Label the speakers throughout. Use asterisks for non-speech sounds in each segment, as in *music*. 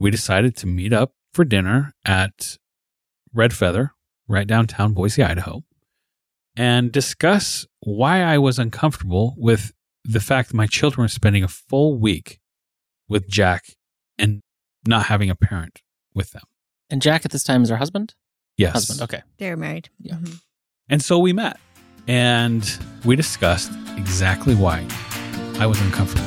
Speaker 1: we decided to meet up for dinner at Red Feather, right downtown Boise, Idaho, and discuss why I was uncomfortable with the fact that my children were spending a full week with Jack and not having a parent with them.
Speaker 2: And Jack at this time is her husband?
Speaker 1: Yes.
Speaker 2: Husband. Okay.
Speaker 3: They're married.
Speaker 2: Yeah.
Speaker 3: Mhm.
Speaker 1: And so we met and we discussed exactly why I was uncomfortable.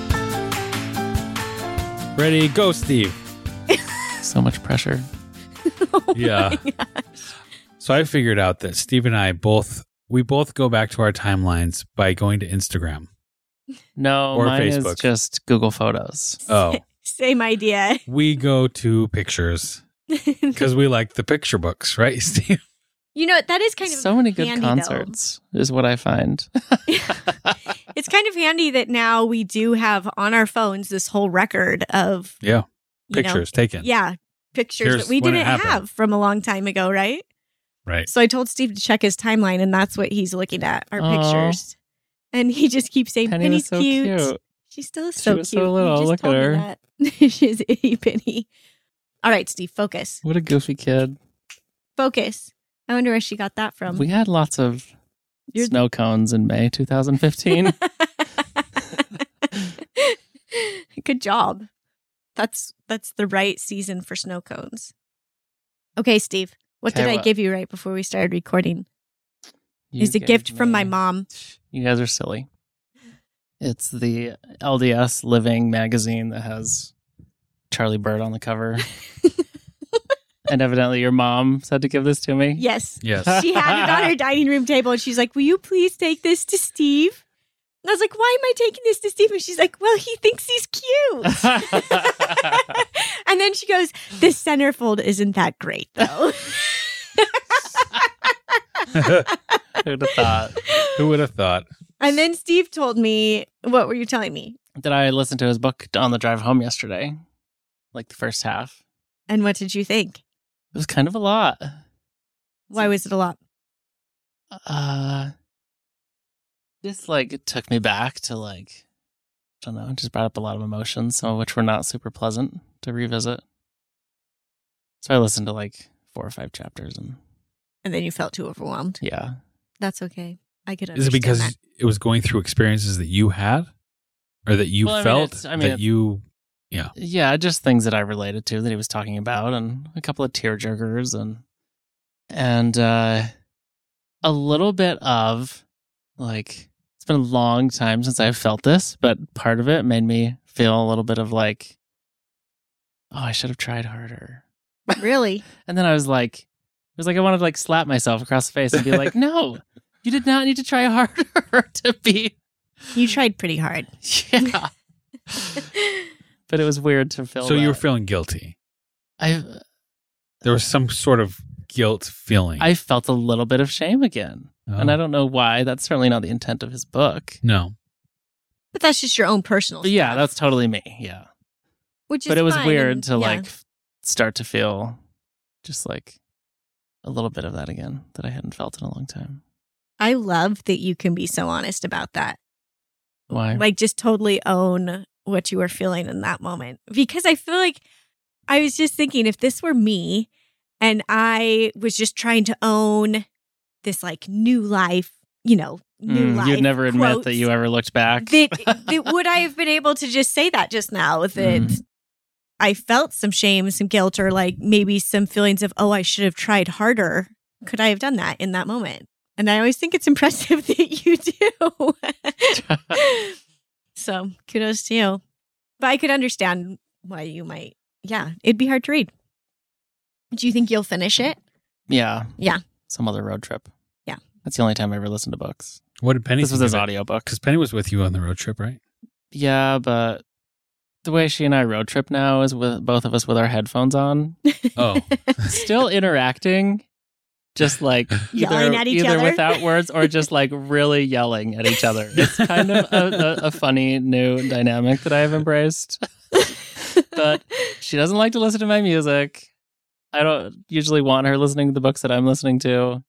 Speaker 1: Ready, go, Steve.
Speaker 2: So much pressure.
Speaker 3: *laughs*
Speaker 1: yeah. So I figured out that Steve and I both we both go back to our timelines by going to Instagram.
Speaker 2: No,
Speaker 1: Or
Speaker 2: mine is
Speaker 1: Facebook.
Speaker 2: just Google Photos.
Speaker 3: *laughs*
Speaker 1: Oh,
Speaker 3: Same idea.
Speaker 1: we go to
Speaker 3: *laughs*
Speaker 1: pictures because we like the picture books, right, *laughs* Steve?
Speaker 3: You know, that is kind of
Speaker 2: so many good
Speaker 3: handy, though.
Speaker 2: concerts is what I find.
Speaker 3: It's kind of handy that now we do have on our phones this whole record of
Speaker 1: Yeah,
Speaker 3: you know,
Speaker 1: pictures taken.
Speaker 3: yeah, pictures
Speaker 1: Here's
Speaker 3: that we
Speaker 1: when it
Speaker 3: didn't
Speaker 1: happened.
Speaker 3: have from a long time ago, right?
Speaker 1: right.
Speaker 3: So I told Steve to check his timeline, and that's what he's looking at our
Speaker 2: Aw.
Speaker 3: pictures. And he just keeps saying,
Speaker 2: Penny was
Speaker 3: "Penny's
Speaker 2: so
Speaker 3: cute.
Speaker 2: cute.
Speaker 3: She still is
Speaker 2: She
Speaker 3: so
Speaker 2: was so
Speaker 3: cute. You
Speaker 2: little.
Speaker 3: just
Speaker 2: Look at
Speaker 3: told me
Speaker 2: her.
Speaker 3: that. *laughs* She's itty bitty." All right, Steve, focus,
Speaker 2: What a goofy kid.
Speaker 3: focus. I wonder where she got that from.
Speaker 2: We had lots of
Speaker 3: You're-
Speaker 2: snow cones in May
Speaker 3: *laughs*
Speaker 2: 2015.
Speaker 3: Good job. That's that's the right season for snow cones. Okay, Steve. What
Speaker 2: Okay,
Speaker 3: did I
Speaker 2: what?
Speaker 3: give you right before we started recording?
Speaker 2: You
Speaker 3: It's a
Speaker 2: gave
Speaker 3: gift from my
Speaker 2: me- *laughs*
Speaker 3: mom.
Speaker 2: You guys are silly. It's the LDS Living magazine that has Charlie Bird on the
Speaker 3: *laughs*
Speaker 2: cover. and evidently your mom said to give this to me.
Speaker 3: Yes.
Speaker 1: Yes. *laughs*
Speaker 3: *laughs* She had it
Speaker 2: *laughs*
Speaker 3: on her dining room table and she's like, Will you please take this to Steve? And I was like, Why am I taking this to Steve? And she's like, Well, he thinks
Speaker 2: *laughs*
Speaker 3: he's cute. *laughs* and then she goes, This centerfold isn't that great
Speaker 2: *laughs*
Speaker 3: though.
Speaker 2: Who'd have thought?
Speaker 1: Who would have thought?
Speaker 3: and then Steve told me, What were you telling me?
Speaker 2: Did I listen to his book on the drive home yesterday? Like the first half.
Speaker 3: And what did you think?
Speaker 2: It was kind of a lot.
Speaker 3: Why was it a lot?
Speaker 2: Uh this like it took me back to like I don't know, it just brought up a lot of emotions, some of which were not super pleasant to revisit. So I listened to like four or five chapters and
Speaker 3: And then you felt too overwhelmed.
Speaker 2: yeah.
Speaker 3: That's okay. I
Speaker 1: Is
Speaker 3: could
Speaker 1: it
Speaker 3: understand
Speaker 1: because
Speaker 3: that.
Speaker 1: it was going through experiences that you had, or that you
Speaker 2: Well, I mean,
Speaker 1: felt
Speaker 2: it's- I mean,
Speaker 1: that
Speaker 2: it's-
Speaker 1: you?
Speaker 2: Yeah, just things that I related to that he was talking about and a couple of tear jerkers and and uh a little bit of like it's been a long time since I've felt this, but part of it made me feel a little bit of like oh, I should have tried harder.
Speaker 3: really?
Speaker 2: And then I was like, it was like I wanted to like slap myself across the face and be like, no, you did not need to try harder *laughs* to be.
Speaker 3: You tried pretty *laughs* hard.
Speaker 2: Yeah. but it was weird to feel.
Speaker 1: So you were
Speaker 2: that.
Speaker 1: feeling guilty.
Speaker 2: I
Speaker 1: There was some sort of guilt feeling.
Speaker 2: I felt a little bit of shame again,
Speaker 1: Oh.
Speaker 2: and I don't know why. That's certainly not the intent of his book.
Speaker 1: No.
Speaker 3: But that's just your own personal.
Speaker 2: But yeah,
Speaker 3: stuff,
Speaker 2: that's totally me. Yeah,
Speaker 3: which. Is
Speaker 2: but it was
Speaker 3: fine,
Speaker 2: weird
Speaker 3: and-
Speaker 2: to
Speaker 3: yeah.
Speaker 2: like f- start to feel just like a little bit of that again that I hadn't felt in a long time.
Speaker 3: I love that you can be so honest about that.
Speaker 2: Why?
Speaker 3: Like just totally own what you were feeling in that moment. Because I feel like I was just thinking if this were me, and I was just trying to own this like new life, you know, new
Speaker 2: Mm,
Speaker 3: life.
Speaker 2: you'd never admit that
Speaker 3: quotes,
Speaker 2: you ever looked back. *laughs*
Speaker 3: that, that would I have been able to just say that just now that
Speaker 2: Mhm.
Speaker 3: I felt some shame, some guilt, or like maybe some feelings of, oh, I should have tried harder. Could I have done that in that moment? And I always think it's *laughs* impressive that
Speaker 2: *laughs*
Speaker 3: you do. so kudos to you. But I could understand why you might, yeah, it'd be hard to read. Do you think you'll finish it?
Speaker 2: Yeah.
Speaker 3: Yeah.
Speaker 2: Some other road trip.
Speaker 3: Yeah.
Speaker 2: That's the only time I ever listened to books.
Speaker 1: What did Penny?
Speaker 2: This was his
Speaker 1: think of it?
Speaker 2: audiobook.
Speaker 3: *laughs*
Speaker 1: Because Penny was with you on the road trip, right?
Speaker 2: Yeah, but the way she and I road trip now is with both of us with our headphones on,
Speaker 1: Oh,
Speaker 2: still interacting, just like
Speaker 3: Yelling
Speaker 2: either,
Speaker 3: at each
Speaker 2: either
Speaker 3: other.
Speaker 2: without words or just like really yelling at each other. It's kind of a, a, a funny new dynamic that I have embraced.
Speaker 3: *laughs*
Speaker 2: but she doesn't like to listen to my music. I don't usually want her listening to the books that I'm listening to.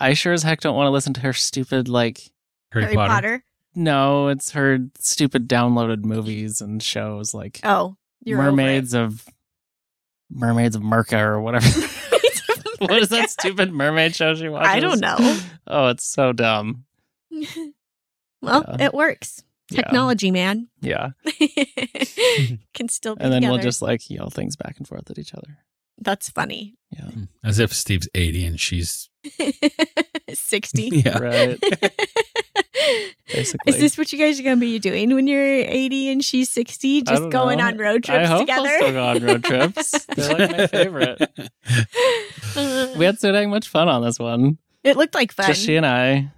Speaker 2: I sure as heck don't want to listen to her stupid like
Speaker 1: Harry, Potter.
Speaker 2: No, it's her stupid downloaded movies and shows like
Speaker 3: Oh, you're *laughs*
Speaker 2: Mermaids of Mermaids of Merca or whatever.
Speaker 3: over it.
Speaker 2: *laughs* what is that stupid mermaid show she watches?
Speaker 3: I don't know.
Speaker 2: Oh, it's so dumb.
Speaker 3: *laughs* well,
Speaker 2: Yeah.
Speaker 3: it works.
Speaker 2: Yeah.
Speaker 3: Technology, man,
Speaker 2: *laughs*
Speaker 3: *laughs*
Speaker 2: Yeah.
Speaker 3: can still be
Speaker 2: And then
Speaker 3: together.
Speaker 2: we'll just like yell things back and forth at each other.
Speaker 3: That's funny. *laughs*
Speaker 2: Yeah.
Speaker 1: As if Steve's 80 and she's.
Speaker 3: *laughs*
Speaker 2: *laughs*
Speaker 3: Sixty.
Speaker 1: Yeah.
Speaker 2: Right. Basically.
Speaker 3: Is this what you guys are going to be doing when you're 80 and she's 60?
Speaker 2: I
Speaker 3: Just
Speaker 2: don't
Speaker 3: going
Speaker 2: know.
Speaker 3: on road
Speaker 2: I
Speaker 3: trips
Speaker 2: hope
Speaker 3: together?
Speaker 2: I'll
Speaker 3: *laughs*
Speaker 2: still go on road trips. They're
Speaker 1: *laughs*
Speaker 2: like my favorite. We had so dang much fun on this one.
Speaker 3: it looked like fun.
Speaker 2: Just she and I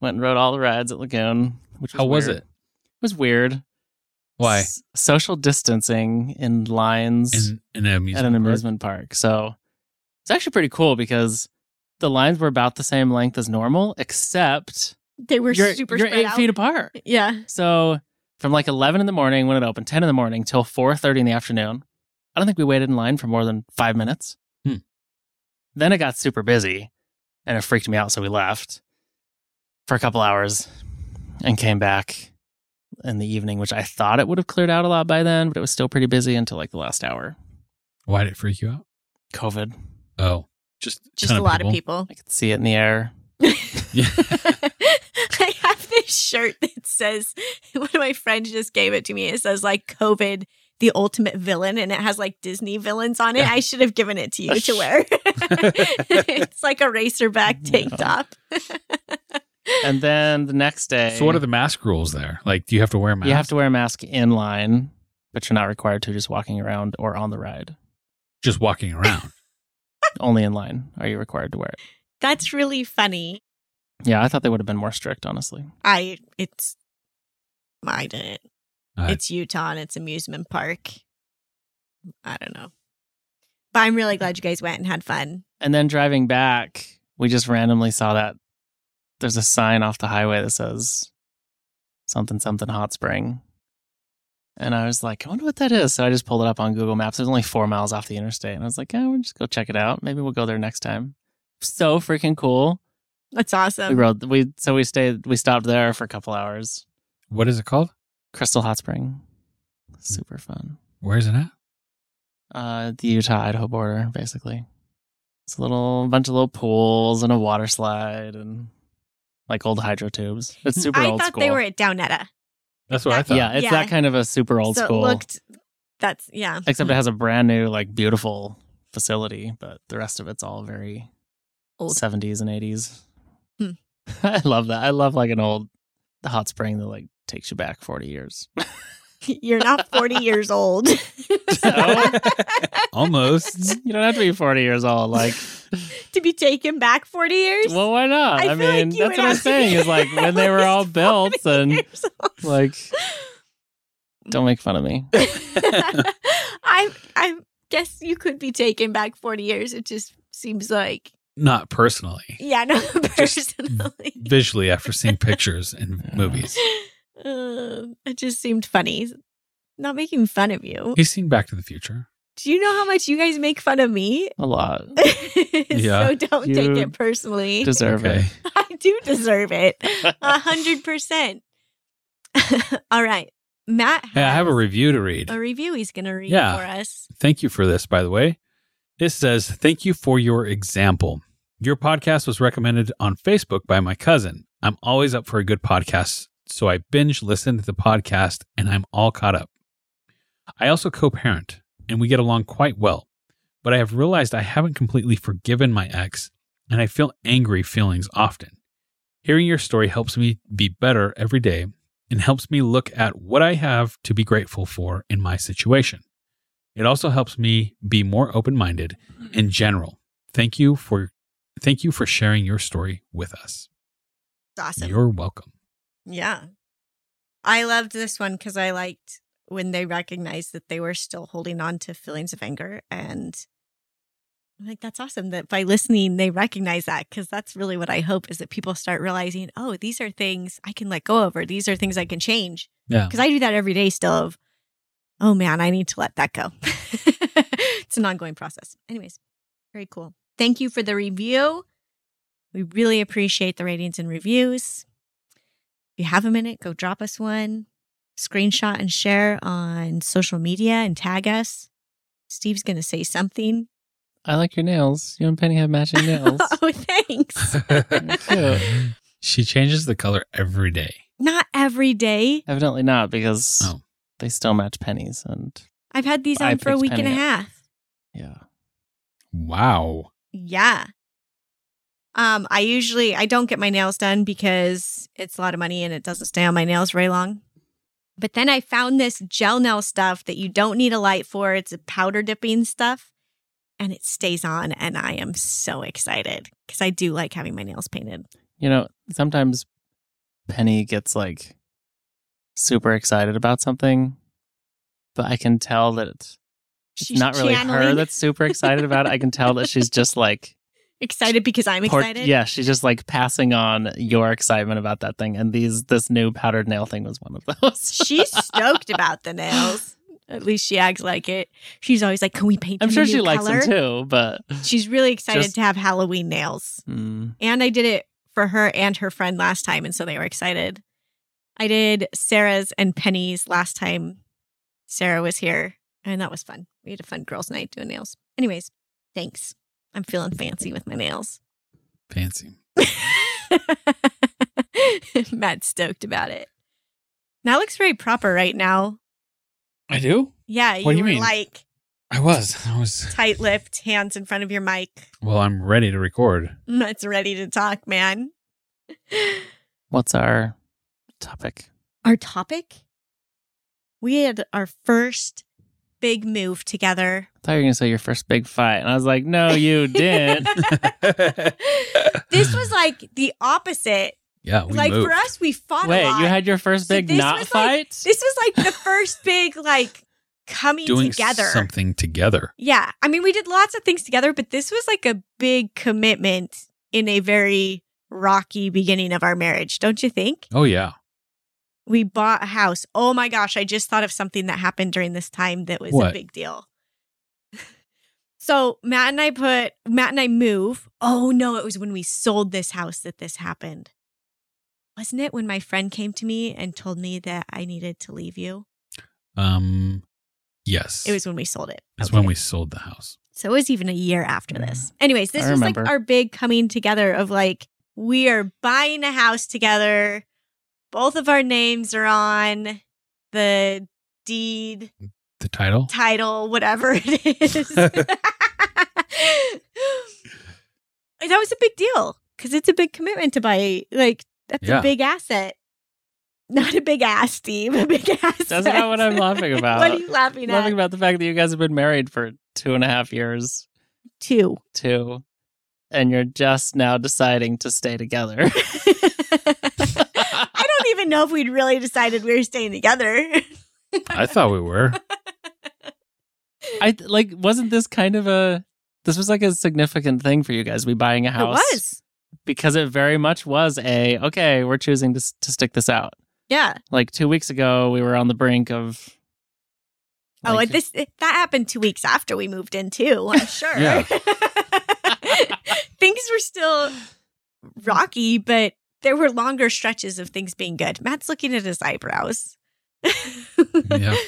Speaker 2: went and rode all the rides at Lagoon. Which was
Speaker 1: How was
Speaker 2: weird.
Speaker 1: it?
Speaker 2: It was weird.
Speaker 1: Why?
Speaker 2: S- social distancing in lines
Speaker 1: In, in an amusement.
Speaker 2: at an
Speaker 1: park?
Speaker 2: amusement park. So it's actually pretty cool because the lines were about the same length as normal, except
Speaker 3: they were
Speaker 2: you're,
Speaker 3: super
Speaker 2: you're
Speaker 3: spread
Speaker 2: eight
Speaker 3: out.
Speaker 2: feet apart.
Speaker 3: Yeah.
Speaker 2: So from like 11 in the morning when it opened, 10 in the morning till 4.30 in the afternoon, I don't think we waited in line for more than five minutes.
Speaker 1: Hmm.
Speaker 2: Then it got super busy and it freaked me out. So we left for a couple hours and came back in the evening, which I thought it would have cleared out a lot by then, but it was still pretty busy until like the last hour.
Speaker 1: Why did it freak you out?
Speaker 2: COVID.
Speaker 1: Oh, just a
Speaker 3: Just
Speaker 1: ton
Speaker 3: a lot of people.
Speaker 2: I could see it in the air.
Speaker 3: *laughs* I have this shirt that says, *laughs* one of my friends just gave it to me. It says, like, COVID, the ultimate villain, and it has like Disney villains on it. I should have given it to you to wear. *laughs* it's like a racerback tank
Speaker 2: Yeah.
Speaker 3: top. *laughs*
Speaker 2: And then the next day,
Speaker 1: So, what are the mask rules there? Like, do you have to wear a mask?
Speaker 2: you have to wear a mask in line, but you're not required to just walking around or on the ride.
Speaker 1: just walking around.
Speaker 2: only in line are you required to wear it.
Speaker 3: That's really funny.
Speaker 2: Yeah, I thought they would have been more strict, honestly.
Speaker 3: I, it's, I didn't.
Speaker 1: All right.
Speaker 3: It's Utah and it's amusement park. I don't know. But I'm really glad you guys went and had fun.
Speaker 2: And then driving back, we just randomly saw that there's a sign off the highway that says something, something hot spring. And I was like, I wonder what that is. So I just pulled it up on Google Maps. It was only four miles off the interstate. And I was like, yeah, we'll just go check it out. Maybe we'll go there next time. So freaking cool.
Speaker 3: That's
Speaker 2: we
Speaker 3: awesome.
Speaker 2: rode, we, so we stayed, we stopped there for a couple hours.
Speaker 1: *coughs* what is it called?
Speaker 2: Crystal Hot Spring. Super fun.
Speaker 1: Where is it at?
Speaker 2: uh, the Utah Idaho border, basically. It's a little bunch of little pools and a water slide and like old hydro
Speaker 3: *laughs*
Speaker 2: tubes. It's super
Speaker 3: I
Speaker 2: old
Speaker 3: thought
Speaker 2: school.
Speaker 3: they were at Downetta.
Speaker 1: That's what I thought.
Speaker 2: yeah, it's
Speaker 3: Yeah.
Speaker 2: that kind of a super old
Speaker 3: so
Speaker 2: school.
Speaker 3: it looked, Hmm. that's, yeah. *laughs*
Speaker 2: except it has a brand new, like beautiful facility, but the rest of it's all very
Speaker 3: Old.
Speaker 2: 70s and 80s. *laughs*
Speaker 3: Hmm.
Speaker 2: I love that. I love like an old the hot spring that like takes you back 40 years.
Speaker 3: You're not
Speaker 2: *laughs*
Speaker 3: 40 years old.
Speaker 1: Oh. Almost.
Speaker 2: you don't have to be 40 years old like
Speaker 3: *laughs* to be taken back 40 years? *laughs*
Speaker 2: Well, why not?
Speaker 3: I
Speaker 2: I,
Speaker 3: feel like
Speaker 2: mean,
Speaker 3: you would
Speaker 2: that's what I'm
Speaker 3: have to
Speaker 2: saying
Speaker 3: be
Speaker 2: is like when they
Speaker 3: *laughs*
Speaker 2: were
Speaker 3: at
Speaker 2: all
Speaker 3: least
Speaker 2: built and
Speaker 3: Years old.
Speaker 2: like, don't make fun of me.
Speaker 3: *laughs* I I guess you could be taken back 40 years. It just seems like,
Speaker 1: Not personally.
Speaker 3: yeah, no, *laughs*
Speaker 1: Just
Speaker 3: personally.
Speaker 1: Visually, after seeing pictures and movies,
Speaker 3: Uh, it just seemed funny. Not making fun of you.
Speaker 1: he's seen Back to the Future.
Speaker 3: Do you know how much you guys make fun of me? *laughs*
Speaker 2: A lot.
Speaker 1: Yeah.
Speaker 3: so don't take
Speaker 2: You
Speaker 3: it personally.
Speaker 2: Deserve
Speaker 1: Okay. *laughs*
Speaker 2: it.
Speaker 3: *laughs* I do deserve it. A hundred percent. *laughs* All right. Matt
Speaker 1: Hey, I have a
Speaker 3: has
Speaker 1: review to read.
Speaker 3: a review he's gonna read
Speaker 1: Yeah.
Speaker 3: for us.
Speaker 1: Thank you for this, by the way. This says, Thank you for your example. Your podcast was recommended on Facebook by my cousin. I'm always up for a good podcast, so I binge listen to the podcast and I'm all caught up. I also co parent and we get along quite well, but I have realized I haven't completely forgiven my ex and I feel angry feelings often. Hearing your story helps me be better every day and helps me look at what I have to be grateful for in my situation. It also helps me be more open-minded
Speaker 3: Mm-hmm.
Speaker 1: in general. Thank you for thank you for sharing your story with us.
Speaker 3: It's awesome.
Speaker 1: *laughs* You're welcome.
Speaker 3: yeah. I loved this one because I liked when they recognized that they were still holding on to feelings of anger and I'm like that's awesome that by listening they recognize that because that's really what I hope is that people start realizing oh these are things I can let go over these are things I can change
Speaker 1: Yeah.
Speaker 3: because I do that every day still of oh man I need to let that go *laughs* it's an ongoing process anyways very cool thank you for the review we really appreciate the ratings and reviews if you have a minute go drop us one screenshot and share on social media and tag us. Steve's going to say something. *laughs*
Speaker 2: I like your nails. You and Penny have matching nails.
Speaker 3: oh,
Speaker 1: *laughs*
Speaker 3: thanks.
Speaker 2: Cute.
Speaker 1: she changes the color every day.
Speaker 3: Not every day.
Speaker 2: Evidently not, because
Speaker 1: Oh.
Speaker 2: they still match pennies. And
Speaker 3: I've had these
Speaker 2: I
Speaker 3: on for a
Speaker 2: picked
Speaker 3: week and a
Speaker 2: Penny up.
Speaker 3: half.
Speaker 2: yeah,
Speaker 1: Wow.
Speaker 3: Yeah. Um, I usually I don't get my nails done because it's a lot of money and it doesn't stay on my nails very long. But then I found this gel nail stuff that you don't need a light for. It's a powder dipping stuff and it stays on and I am so excited cuz I do like having my nails painted.
Speaker 2: you know, sometimes Penny gets like super excited about something, but I can tell that it's
Speaker 3: She's
Speaker 2: not really her
Speaker 3: channeling-
Speaker 2: that's super excited about it. I can tell that she's just like
Speaker 3: excited because I'm
Speaker 2: Port-
Speaker 3: excited.
Speaker 2: yeah, she's just like passing on your excitement about that thing, and these this new powdered nail thing was one of those. *laughs*
Speaker 3: She's stoked about the nails. At least she acts like it. She's always like, "Can we paint?"
Speaker 2: I'm
Speaker 3: them
Speaker 2: sure
Speaker 3: a new
Speaker 2: she likes
Speaker 3: color?
Speaker 2: them too, but
Speaker 3: She's really excited
Speaker 2: Just-
Speaker 3: to have Halloween nails.
Speaker 2: Mm,
Speaker 3: And I did it for her and her friend last time, and so they were excited. I did Sarah's and Penny's last time Sarah was here, and that was fun. We had a fun girls' night doing nails. Anyways, thanks. I'm feeling fancy with my nails. *laughs*
Speaker 1: Fancy.
Speaker 3: Matt's stoked about it. That looks very proper right now.
Speaker 1: I do?
Speaker 3: Yeah,
Speaker 1: What do you
Speaker 3: were
Speaker 1: mean?
Speaker 3: like
Speaker 1: I was. *laughs* I was.
Speaker 3: tight lipped, hands in front of your mic.
Speaker 1: Well, I'm ready to record.
Speaker 3: Mm, It's ready to talk, man. *laughs*
Speaker 2: what's our topic?
Speaker 3: Our topic? We had our first big move together.
Speaker 2: I thought you were gonna say your first big fight, and I was like, no,
Speaker 3: *laughs*
Speaker 2: you did.
Speaker 3: *laughs* this was like the opposite.
Speaker 1: *laughs* Yeah, we
Speaker 3: like
Speaker 1: moved.
Speaker 3: for us, we fought
Speaker 2: Wait,
Speaker 3: a lot.
Speaker 2: you had your first
Speaker 3: So
Speaker 2: big
Speaker 3: this
Speaker 2: not
Speaker 3: was like-
Speaker 2: fight?
Speaker 3: *laughs* this was like the first big like coming
Speaker 1: doing
Speaker 3: together.
Speaker 1: something together.
Speaker 3: Yeah. I mean, we did lots of things together, but this was like a big commitment in a very rocky beginning of our marriage, don't you think?
Speaker 1: Oh yeah.
Speaker 3: We bought a house. Oh my gosh, I just thought of something that happened during this time that was a
Speaker 1: What?
Speaker 3: big deal. *laughs* so Matt and I put Matt and I move. Oh no, it was when we sold this house that this happened. Wasn't it when my friend came to me and told me that I needed to leave you?
Speaker 1: Um. Yes.
Speaker 3: It was when we sold it.
Speaker 1: It's
Speaker 3: Okay.
Speaker 1: when we sold the house.
Speaker 3: So it was even a year after
Speaker 2: Yeah.
Speaker 3: this. Anyways, this
Speaker 2: I
Speaker 3: was like
Speaker 2: remember.
Speaker 3: our big coming together of like, we are buying a house together. Both of our names are on the deed,
Speaker 1: The title.
Speaker 3: title, whatever it
Speaker 2: *laughs*
Speaker 3: is. *laughs* that was a big deal because it's a big commitment to buy. Like, that's
Speaker 1: Yeah.
Speaker 3: a big asset. Not a big ass, Steve. A big ass.
Speaker 2: That's not what I'm laughing about.
Speaker 3: *laughs* what are you laughing at?
Speaker 2: Loving about the fact that you guys have been married for two and a half years,
Speaker 3: Two.
Speaker 2: two, and you're just now deciding to stay together. *laughs*
Speaker 3: I don't even know if we'd really decided we were staying together.
Speaker 1: I thought we
Speaker 3: *laughs*
Speaker 1: were.
Speaker 2: I th- like wasn't this kind of a this was like a significant thing for you guys we buying a house
Speaker 3: It was.
Speaker 2: because it very much was a okay we're choosing to s- to stick this out
Speaker 3: Yeah.
Speaker 2: like 2 weeks ago we were on the brink of
Speaker 3: oh,
Speaker 2: like-
Speaker 3: and this that happened two weeks after we moved in too.
Speaker 1: *laughs*
Speaker 3: I'm sure.
Speaker 1: Yeah.
Speaker 3: *laughs* things were still rocky, but there were longer stretches of things being good. Matt's looking at his eyebrows.
Speaker 1: Yeah.
Speaker 3: *laughs*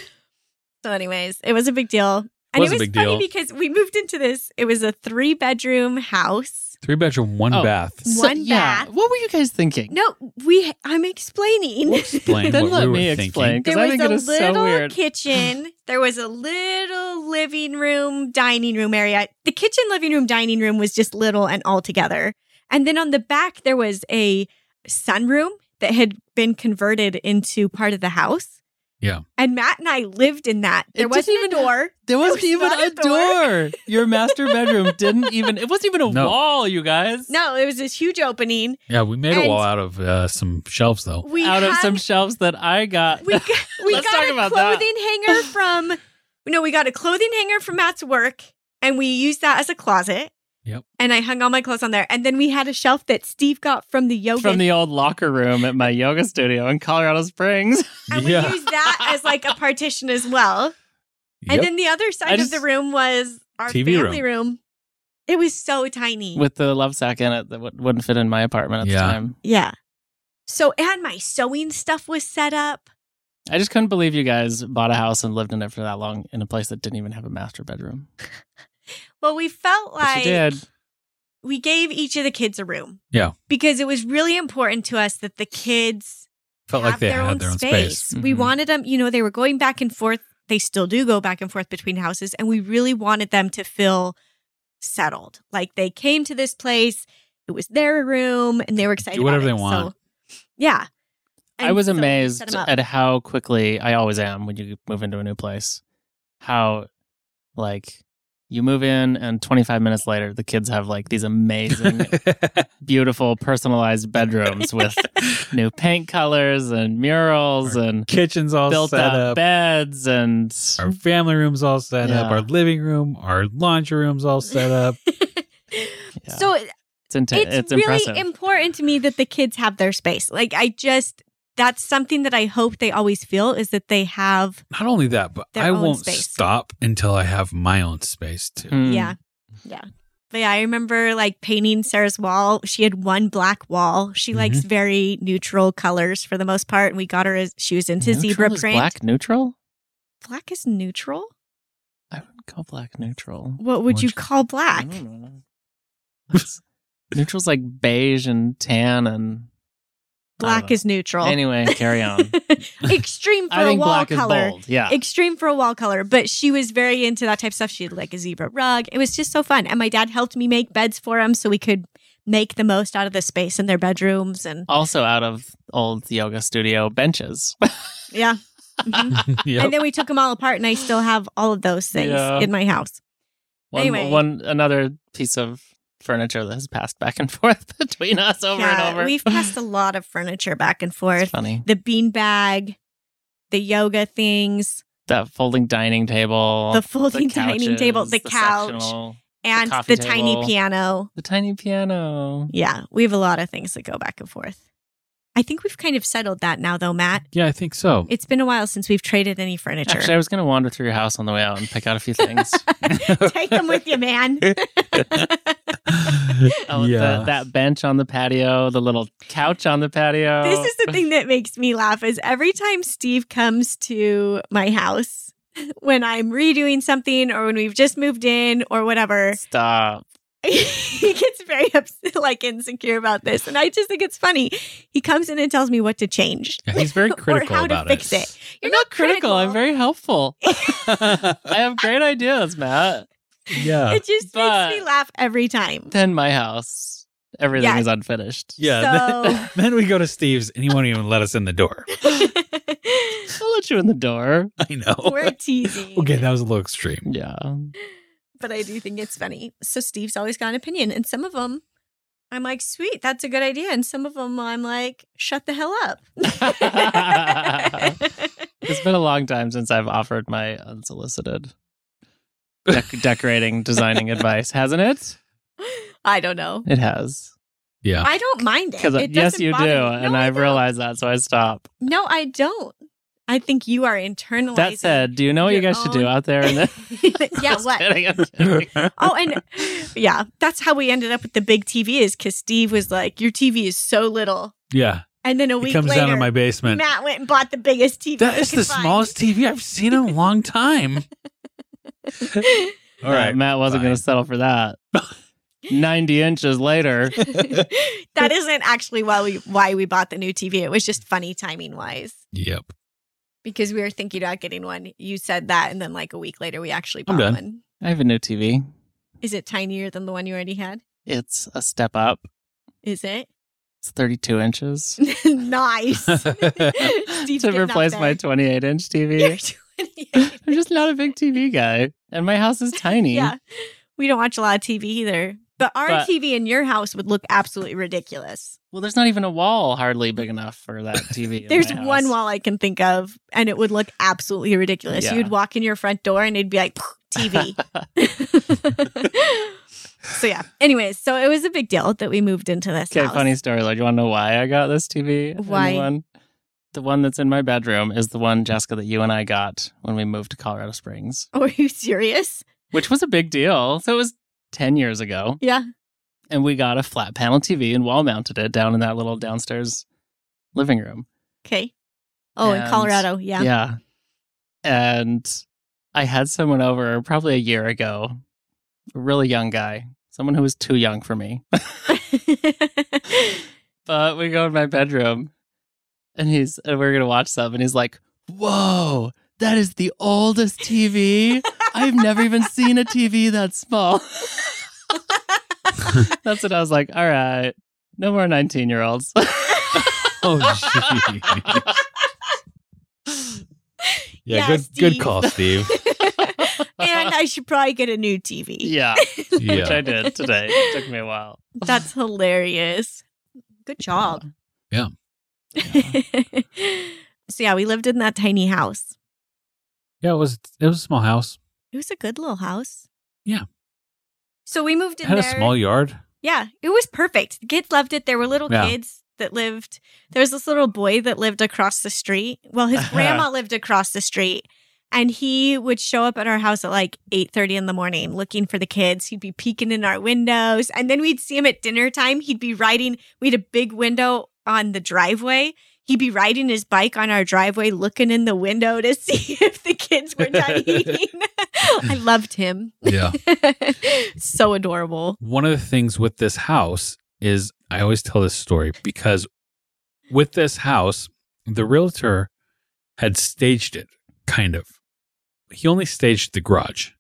Speaker 3: So, anyways, it was a big deal, and
Speaker 1: Was
Speaker 3: it
Speaker 1: a
Speaker 3: was
Speaker 1: big deal.
Speaker 3: funny because we moved into this. It was a three bedroom house.
Speaker 1: Three bedroom, one
Speaker 2: Oh.
Speaker 1: bath.
Speaker 2: So-
Speaker 3: One
Speaker 2: yeah,
Speaker 3: bath.
Speaker 2: what were you guys thinking
Speaker 3: No, we. I'm explaining. *laughs*
Speaker 1: Explain
Speaker 2: then
Speaker 1: what
Speaker 2: let
Speaker 1: we were
Speaker 2: me
Speaker 1: thinking.
Speaker 2: explain because
Speaker 3: There
Speaker 2: I
Speaker 3: was
Speaker 2: think
Speaker 3: a
Speaker 2: it is
Speaker 3: little
Speaker 2: so weird. *sighs*
Speaker 3: kitchen. There was a little living room, dining room area. The kitchen, living room, dining room was just little and all together. And then on the back, there was a sunroom that had been converted into part of the house.
Speaker 1: Yeah.
Speaker 3: And Matt and I lived in that. There
Speaker 2: It
Speaker 3: wasn't a
Speaker 2: didn't
Speaker 3: door.
Speaker 2: There wasn't
Speaker 3: was
Speaker 2: even
Speaker 3: not a
Speaker 2: a door. Your master
Speaker 3: *laughs*
Speaker 2: bedroom didn't even. It wasn't even a
Speaker 1: No.
Speaker 2: wall, you guys.
Speaker 3: No, it was this huge opening.
Speaker 1: Yeah, we made
Speaker 3: And-
Speaker 1: a wall out of uh, some shelves though.
Speaker 3: We
Speaker 2: out of
Speaker 3: had-
Speaker 2: *laughs* some shelves that I got.
Speaker 3: we got, we
Speaker 2: Let's
Speaker 3: got
Speaker 2: talk
Speaker 3: a
Speaker 2: about that.
Speaker 3: clothing
Speaker 2: *laughs*
Speaker 3: hanger from no, we got a clothing hanger from Matt's work, and we used that as a closet.
Speaker 1: Yep.
Speaker 3: And I hung all my clothes on there, and then we had a shelf that Steve got from the yoga,
Speaker 2: from the old locker room at my yoga studio in Colorado
Speaker 3: *laughs*
Speaker 2: Springs.
Speaker 3: and we
Speaker 1: yeah.
Speaker 3: used that as like a partition as well. And
Speaker 1: Yep.
Speaker 3: then the other side
Speaker 2: I
Speaker 3: of
Speaker 2: just-
Speaker 3: the room was our
Speaker 1: TV room.
Speaker 3: family room. It was so tiny.
Speaker 2: with the love sack in it that w- wouldn't fit in my apartment at
Speaker 1: Yeah.
Speaker 2: the time.
Speaker 3: yeah. So and my sewing stuff was set up.
Speaker 2: I just couldn't believe you guys bought a house and lived in it for that long in a place that didn't even have a master bedroom.
Speaker 3: Well, we felt
Speaker 2: But
Speaker 3: like
Speaker 2: you did.
Speaker 3: we gave each of the kids a room.
Speaker 1: Yeah.
Speaker 3: Because it was really important to us that the kids
Speaker 1: Felt
Speaker 3: have
Speaker 1: like they
Speaker 3: their
Speaker 1: had
Speaker 3: own
Speaker 1: their own
Speaker 3: space.
Speaker 1: space. Mm-hmm.
Speaker 3: We
Speaker 2: Mhm.
Speaker 3: wanted them, you know, they were going back and forth. They still do go back and forth between houses. And we really wanted them to feel settled. Like they came to this place, it was their room, and they were excited.
Speaker 1: Do whatever
Speaker 3: about
Speaker 1: they
Speaker 3: it. So,
Speaker 1: want.
Speaker 3: yeah.
Speaker 2: I
Speaker 3: And
Speaker 2: was
Speaker 3: so we
Speaker 2: amazed
Speaker 3: set 'em up.
Speaker 2: at how quickly I always am when you move into a new place. How, like, you move in and 25 minutes later, the kids have like these
Speaker 3: *laughs*
Speaker 2: amazing, beautiful, personalized bedrooms with new paint colors and murals
Speaker 1: *laughs*
Speaker 2: and
Speaker 1: Kitchen's all
Speaker 2: built
Speaker 1: set
Speaker 2: up,
Speaker 1: up.
Speaker 2: beds and
Speaker 1: Our family room's all set up.
Speaker 2: Yeah.
Speaker 1: Our living room, our laundry room's all
Speaker 3: *laughs*
Speaker 1: set up.
Speaker 2: Yeah.
Speaker 3: So
Speaker 2: it's intense. It's,
Speaker 3: it's, really
Speaker 2: impressive.
Speaker 3: important to me that the kids have their space. Like I just that's something that I hope they always feel is that they have
Speaker 1: Not only that, but
Speaker 3: Their
Speaker 1: I
Speaker 3: own
Speaker 1: won't
Speaker 3: space. Hmm.
Speaker 1: stop until I have my own space too.
Speaker 2: Mm.
Speaker 3: yeah. Yeah. But yeah, I remember like painting Sarah's wall. She had one black wall. She
Speaker 1: Mhm.
Speaker 3: likes
Speaker 2: Mm-hmm.
Speaker 3: very neutral colors for the most part. And we got her as she was into
Speaker 2: Neutral
Speaker 3: zebra
Speaker 2: is
Speaker 3: print.
Speaker 2: Black neutral?
Speaker 3: Black is neutral.
Speaker 2: I wouldn't call black neutral.
Speaker 3: What would you
Speaker 1: Orange.
Speaker 3: call black?
Speaker 2: Mm, I don't know. That's- *laughs* Neutral's like beige and tan and
Speaker 3: Black is neutral. *laughs*
Speaker 2: anyway. Carry on.
Speaker 3: Extreme for
Speaker 2: um, *laughs* I
Speaker 3: a
Speaker 2: think
Speaker 3: wall
Speaker 2: black
Speaker 3: color.
Speaker 2: is bold. Yeah,
Speaker 3: extreme for a wall color, but she was very into that type of stuff. She had like a zebra rug. It was just so fun. And my dad helped me make beds for him so we could make the most out of the space in their bedrooms. And
Speaker 2: also out of old yoga studio benches. *laughs*
Speaker 3: yeah. Mhm.
Speaker 1: *laughs* Yep.
Speaker 3: And then we took them all apart, and I still have all of those things
Speaker 2: Yeah.
Speaker 3: in my house.
Speaker 2: One,
Speaker 3: Anyway.
Speaker 2: one another piece of furniture that has passed back and *laughs* forth between us over
Speaker 3: Yeah,
Speaker 2: and over.
Speaker 3: We've
Speaker 2: *laughs*
Speaker 3: passed a lot of furniture back and
Speaker 2: It's
Speaker 3: forth.
Speaker 2: funny.
Speaker 3: The bean bag, the yoga things,
Speaker 2: That folding dining table,
Speaker 3: the folding *laughs* dining
Speaker 2: couches,
Speaker 3: table, the, couch,
Speaker 2: sectional,
Speaker 3: and the,
Speaker 2: coffee
Speaker 3: tiny
Speaker 2: table.
Speaker 3: piano.
Speaker 2: the tiny piano.
Speaker 3: Yeah, we have a lot of things that go back and forth. I think we've kind of settled that now, though, Matt.
Speaker 1: yeah, I think so.
Speaker 3: *laughs* It's been a while since we've traded any furniture.
Speaker 2: Actually, I was going to wander through your house on the way out and pick out a few things.
Speaker 3: *laughs* Take them with
Speaker 2: *laughs*
Speaker 3: you, man.
Speaker 2: Oh, the, that bench on the patio, the little couch on the patio.
Speaker 3: this is the thing that makes me laugh is every time Steve comes to my house *laughs* when I'm redoing something or when we've just moved in or whatever, *laughs*
Speaker 2: Stop.
Speaker 3: he gets very upset, like insecure about this. And I just think it's funny. He comes in and tells me what to change.
Speaker 1: Yeah, he's very
Speaker 3: *laughs* Or
Speaker 1: critical
Speaker 3: how to
Speaker 1: about
Speaker 3: fix it. You're not
Speaker 2: Critical. I'm very helpful.
Speaker 1: it.
Speaker 2: I have
Speaker 3: *laughs*
Speaker 2: great ideas, Matt.
Speaker 1: *laughs* yeah.
Speaker 3: It just
Speaker 2: But-
Speaker 3: makes me laugh every time.
Speaker 2: Then my house, everything
Speaker 3: Yeah.
Speaker 2: is unfinished.
Speaker 1: Yeah. *laughs* Then, then we go to Steve's and he won't even let us in the door. *laughs*
Speaker 3: So
Speaker 2: I'll let you in the door.
Speaker 1: I know.
Speaker 3: *laughs* we're teasing.
Speaker 1: Okay, that was a little extreme.
Speaker 2: Yeah.
Speaker 3: *laughs* but I do think it's funny. So Steve's always got an opinion, and some of them I'm like, sweet, that's a good idea, and some of them I'm like, shut the hell up. *laughs*
Speaker 2: It's been a long time since I've offered my unsolicited dec- decorating, designing advice, hasn't it?
Speaker 3: I don't know.
Speaker 2: It has.
Speaker 1: Yeah.
Speaker 3: I don't mind it.
Speaker 2: Because
Speaker 3: It
Speaker 2: yes,
Speaker 3: doesn't
Speaker 2: you do,
Speaker 3: bother me. No,
Speaker 2: and
Speaker 3: I
Speaker 2: I've
Speaker 3: don't.
Speaker 2: realized that, so I stop.
Speaker 3: No, I don't. I think you are internalizing.
Speaker 2: That
Speaker 3: *laughs*
Speaker 2: said, do you know what you
Speaker 3: your
Speaker 2: guys should do
Speaker 3: own-
Speaker 2: out there? In
Speaker 3: *laughs*
Speaker 2: the- *laughs*
Speaker 3: yeah.
Speaker 2: Just
Speaker 3: What?
Speaker 2: kidding,
Speaker 1: *laughs*
Speaker 2: I'm kidding.
Speaker 3: Oh, and yeah, that's how we ended up with the big TV is because Steve was like, "Your TV is so little,"
Speaker 1: yeah.
Speaker 3: and then a
Speaker 1: He
Speaker 3: week
Speaker 1: comes
Speaker 3: later,
Speaker 1: down to my basement.
Speaker 3: Matt went and bought the biggest TV.
Speaker 1: that
Speaker 3: he
Speaker 1: is
Speaker 3: could
Speaker 1: the
Speaker 3: find.
Speaker 1: smallest
Speaker 3: *laughs*
Speaker 1: TV I've seen in a long time. All
Speaker 2: Uh,
Speaker 1: right.
Speaker 2: Matt wasn't going to settle for that. *laughs* 90 inches *laughs* later.
Speaker 3: *laughs* that isn't actually why we why we bought the new TV. It was just funny timing wise *laughs*
Speaker 1: Yep.
Speaker 3: because we were thinking about getting one. You said that, and then like a week later, we actually
Speaker 1: I'm
Speaker 3: bought
Speaker 1: done.
Speaker 3: one.
Speaker 2: I have a new TV.
Speaker 3: Is it tinier than the one you already had?
Speaker 2: It's a step up.
Speaker 3: Is it *laughs*
Speaker 2: It's 32 inches. Uh, *laughs*
Speaker 3: nice? Steve's
Speaker 2: to
Speaker 3: getting up
Speaker 2: replace my
Speaker 3: there.
Speaker 2: 28 inch
Speaker 3: You're *laughs*
Speaker 2: TV. *laughs*
Speaker 3: 28.
Speaker 2: I'm just not a big TV guy. And my house is tiny.
Speaker 3: yeah, we don't watch a lot of TV either. But our
Speaker 2: But-
Speaker 3: TV in your house would look absolutely ridiculous.
Speaker 2: Well, there's not even a wall hardly big enough for that
Speaker 3: *laughs*
Speaker 2: TV. in
Speaker 3: There's
Speaker 2: my
Speaker 3: one
Speaker 2: house.
Speaker 3: wall I can think of, and it would look absolutely ridiculous.
Speaker 2: Yeah.
Speaker 3: You'd walk in your front door, and it'd be like
Speaker 2: *laughs*
Speaker 3: TV. *laughs* so yeah. Anyways, so it was a big deal that we moved into this
Speaker 2: Okay,
Speaker 3: house.
Speaker 2: funny story. Like, you want to know why I got this TV? and the
Speaker 3: Why?
Speaker 2: one- the one that's in my bedroom is the one, Jessica, that you and I got when we moved to Colorado Springs,
Speaker 3: *laughs* Are you serious?
Speaker 2: which was a big deal. So it was 10 years ago.
Speaker 3: Yeah.
Speaker 2: And we got a flat panel TV and wall mounted it down in that little downstairs living room.
Speaker 3: Okay. Oh, in
Speaker 2: And-
Speaker 3: Colorado. Yeah.
Speaker 2: Yeah. And I had someone over probably a year ago, a really young guy, someone who was too young for me. but we go in my bedroom and he's and we're gonna watch some and he's like, Whoa, that is the oldest TV. I've never even seen a TV that
Speaker 1: *laughs*
Speaker 2: small. That's what I was like, all right, no more 19 year
Speaker 1: *laughs*
Speaker 2: olds.
Speaker 1: Oh, gee.
Speaker 3: Yeah,
Speaker 4: Yeah, good
Speaker 3: Steve.
Speaker 4: good call,
Speaker 3: *laughs*
Speaker 4: Steve.
Speaker 3: *laughs* and I should probably get a new TV.
Speaker 2: *laughs*
Speaker 3: *laughs*
Speaker 2: yeah, which I
Speaker 1: yeah.
Speaker 2: did today. It took me a while. *laughs*
Speaker 3: That's hilarious. Good job.
Speaker 1: Yeah.
Speaker 3: *laughs* so yeah, we lived in that tiny house.
Speaker 1: Yeah, it was it was a small house.
Speaker 3: It was a good little house.
Speaker 1: Yeah.
Speaker 3: So we moved
Speaker 1: It
Speaker 3: in
Speaker 1: had a
Speaker 3: there.
Speaker 1: small yard.
Speaker 3: *laughs* yeah, it was perfect. The kids loved it. There were little
Speaker 1: Yeah.
Speaker 3: kids that lived. There was this little boy that lived across the street. Well, his grandma lived across the street. And he would show up at our house at like 8:30 in the morning looking for the kids. He'd be peeking in our windows. And then we'd see him at dinner time. He'd be riding. We had a big window on the driveway. He'd be riding his bike on our driveway, looking in the window to *laughs* see if the kids were done eating. *laughs* I loved him. *laughs*
Speaker 1: Yeah.
Speaker 3: so adorable.
Speaker 1: One of the things with this house is I always tell this story because with this house, the realtor had staged it kind of. He only staged the garage.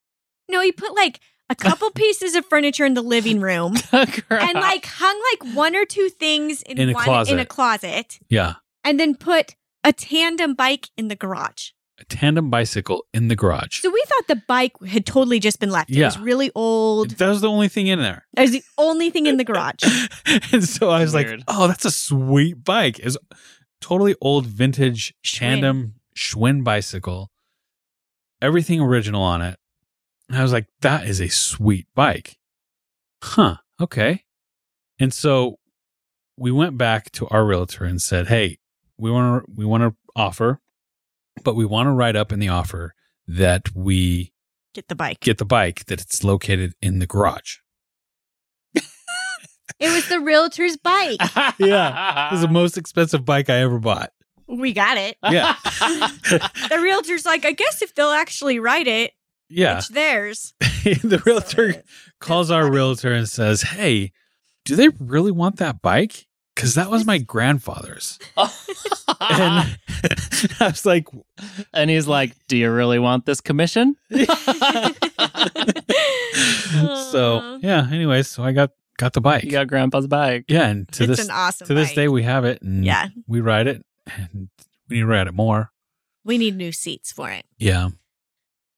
Speaker 3: No, he put like
Speaker 1: *laughs*
Speaker 3: a couple pieces of furniture in the living room and like hung like one or two things in,
Speaker 1: In a
Speaker 3: one in
Speaker 1: closet.
Speaker 3: a closet
Speaker 1: Yeah.
Speaker 3: and then put a tandem bike in the garage.
Speaker 1: A tandem bicycle in the garage.
Speaker 3: So we thought the bike had totally just been left. It was
Speaker 1: Yeah.
Speaker 3: really old.
Speaker 1: That was the only thing in there. *laughs*
Speaker 3: That was the only thing in the garage.
Speaker 1: and so I was like,
Speaker 2: Weird.
Speaker 1: oh, that's a sweet bike. It's totally old vintage
Speaker 3: Schwinn.
Speaker 1: tandem Schwinn bicycle. Everything original on it. And I was like, that is a sweet bike. Huh. Okay. And so we went back to our realtor and said, hey, we want to we want to offer, but we want to write up in the offer that we
Speaker 3: Get the bike.
Speaker 1: get the bike that it's located in the garage.
Speaker 3: It was the
Speaker 1: *laughs*
Speaker 3: realtor's bike.
Speaker 1: Yeah. It was the most expensive bike I ever bought.
Speaker 3: We got it.
Speaker 1: Yeah.
Speaker 2: *laughs*
Speaker 1: *laughs*
Speaker 3: The realtor's like, I guess if they'll actually ride it,
Speaker 1: Yeah.
Speaker 3: it's theirs.
Speaker 1: *laughs* the realtor calls our realtor and says, Hey, do they really want that bike? Because that was my
Speaker 3: *laughs*
Speaker 1: grandfather's.
Speaker 2: and,
Speaker 1: And *laughs* I was like,
Speaker 2: and he's like, "Do you really want
Speaker 1: *laughs*
Speaker 2: this commission?"
Speaker 3: *laughs*
Speaker 1: So, yeah. Anyway, so I got, got the bike.
Speaker 2: You got Grandpa's bike.
Speaker 1: Yeah. And to
Speaker 3: it's
Speaker 1: this,
Speaker 3: an awesome
Speaker 1: to this
Speaker 3: bike.
Speaker 1: day, we have it and
Speaker 3: Yeah.
Speaker 1: we ride it and we need to ride it more.
Speaker 3: We need new seats for it.
Speaker 1: Yeah.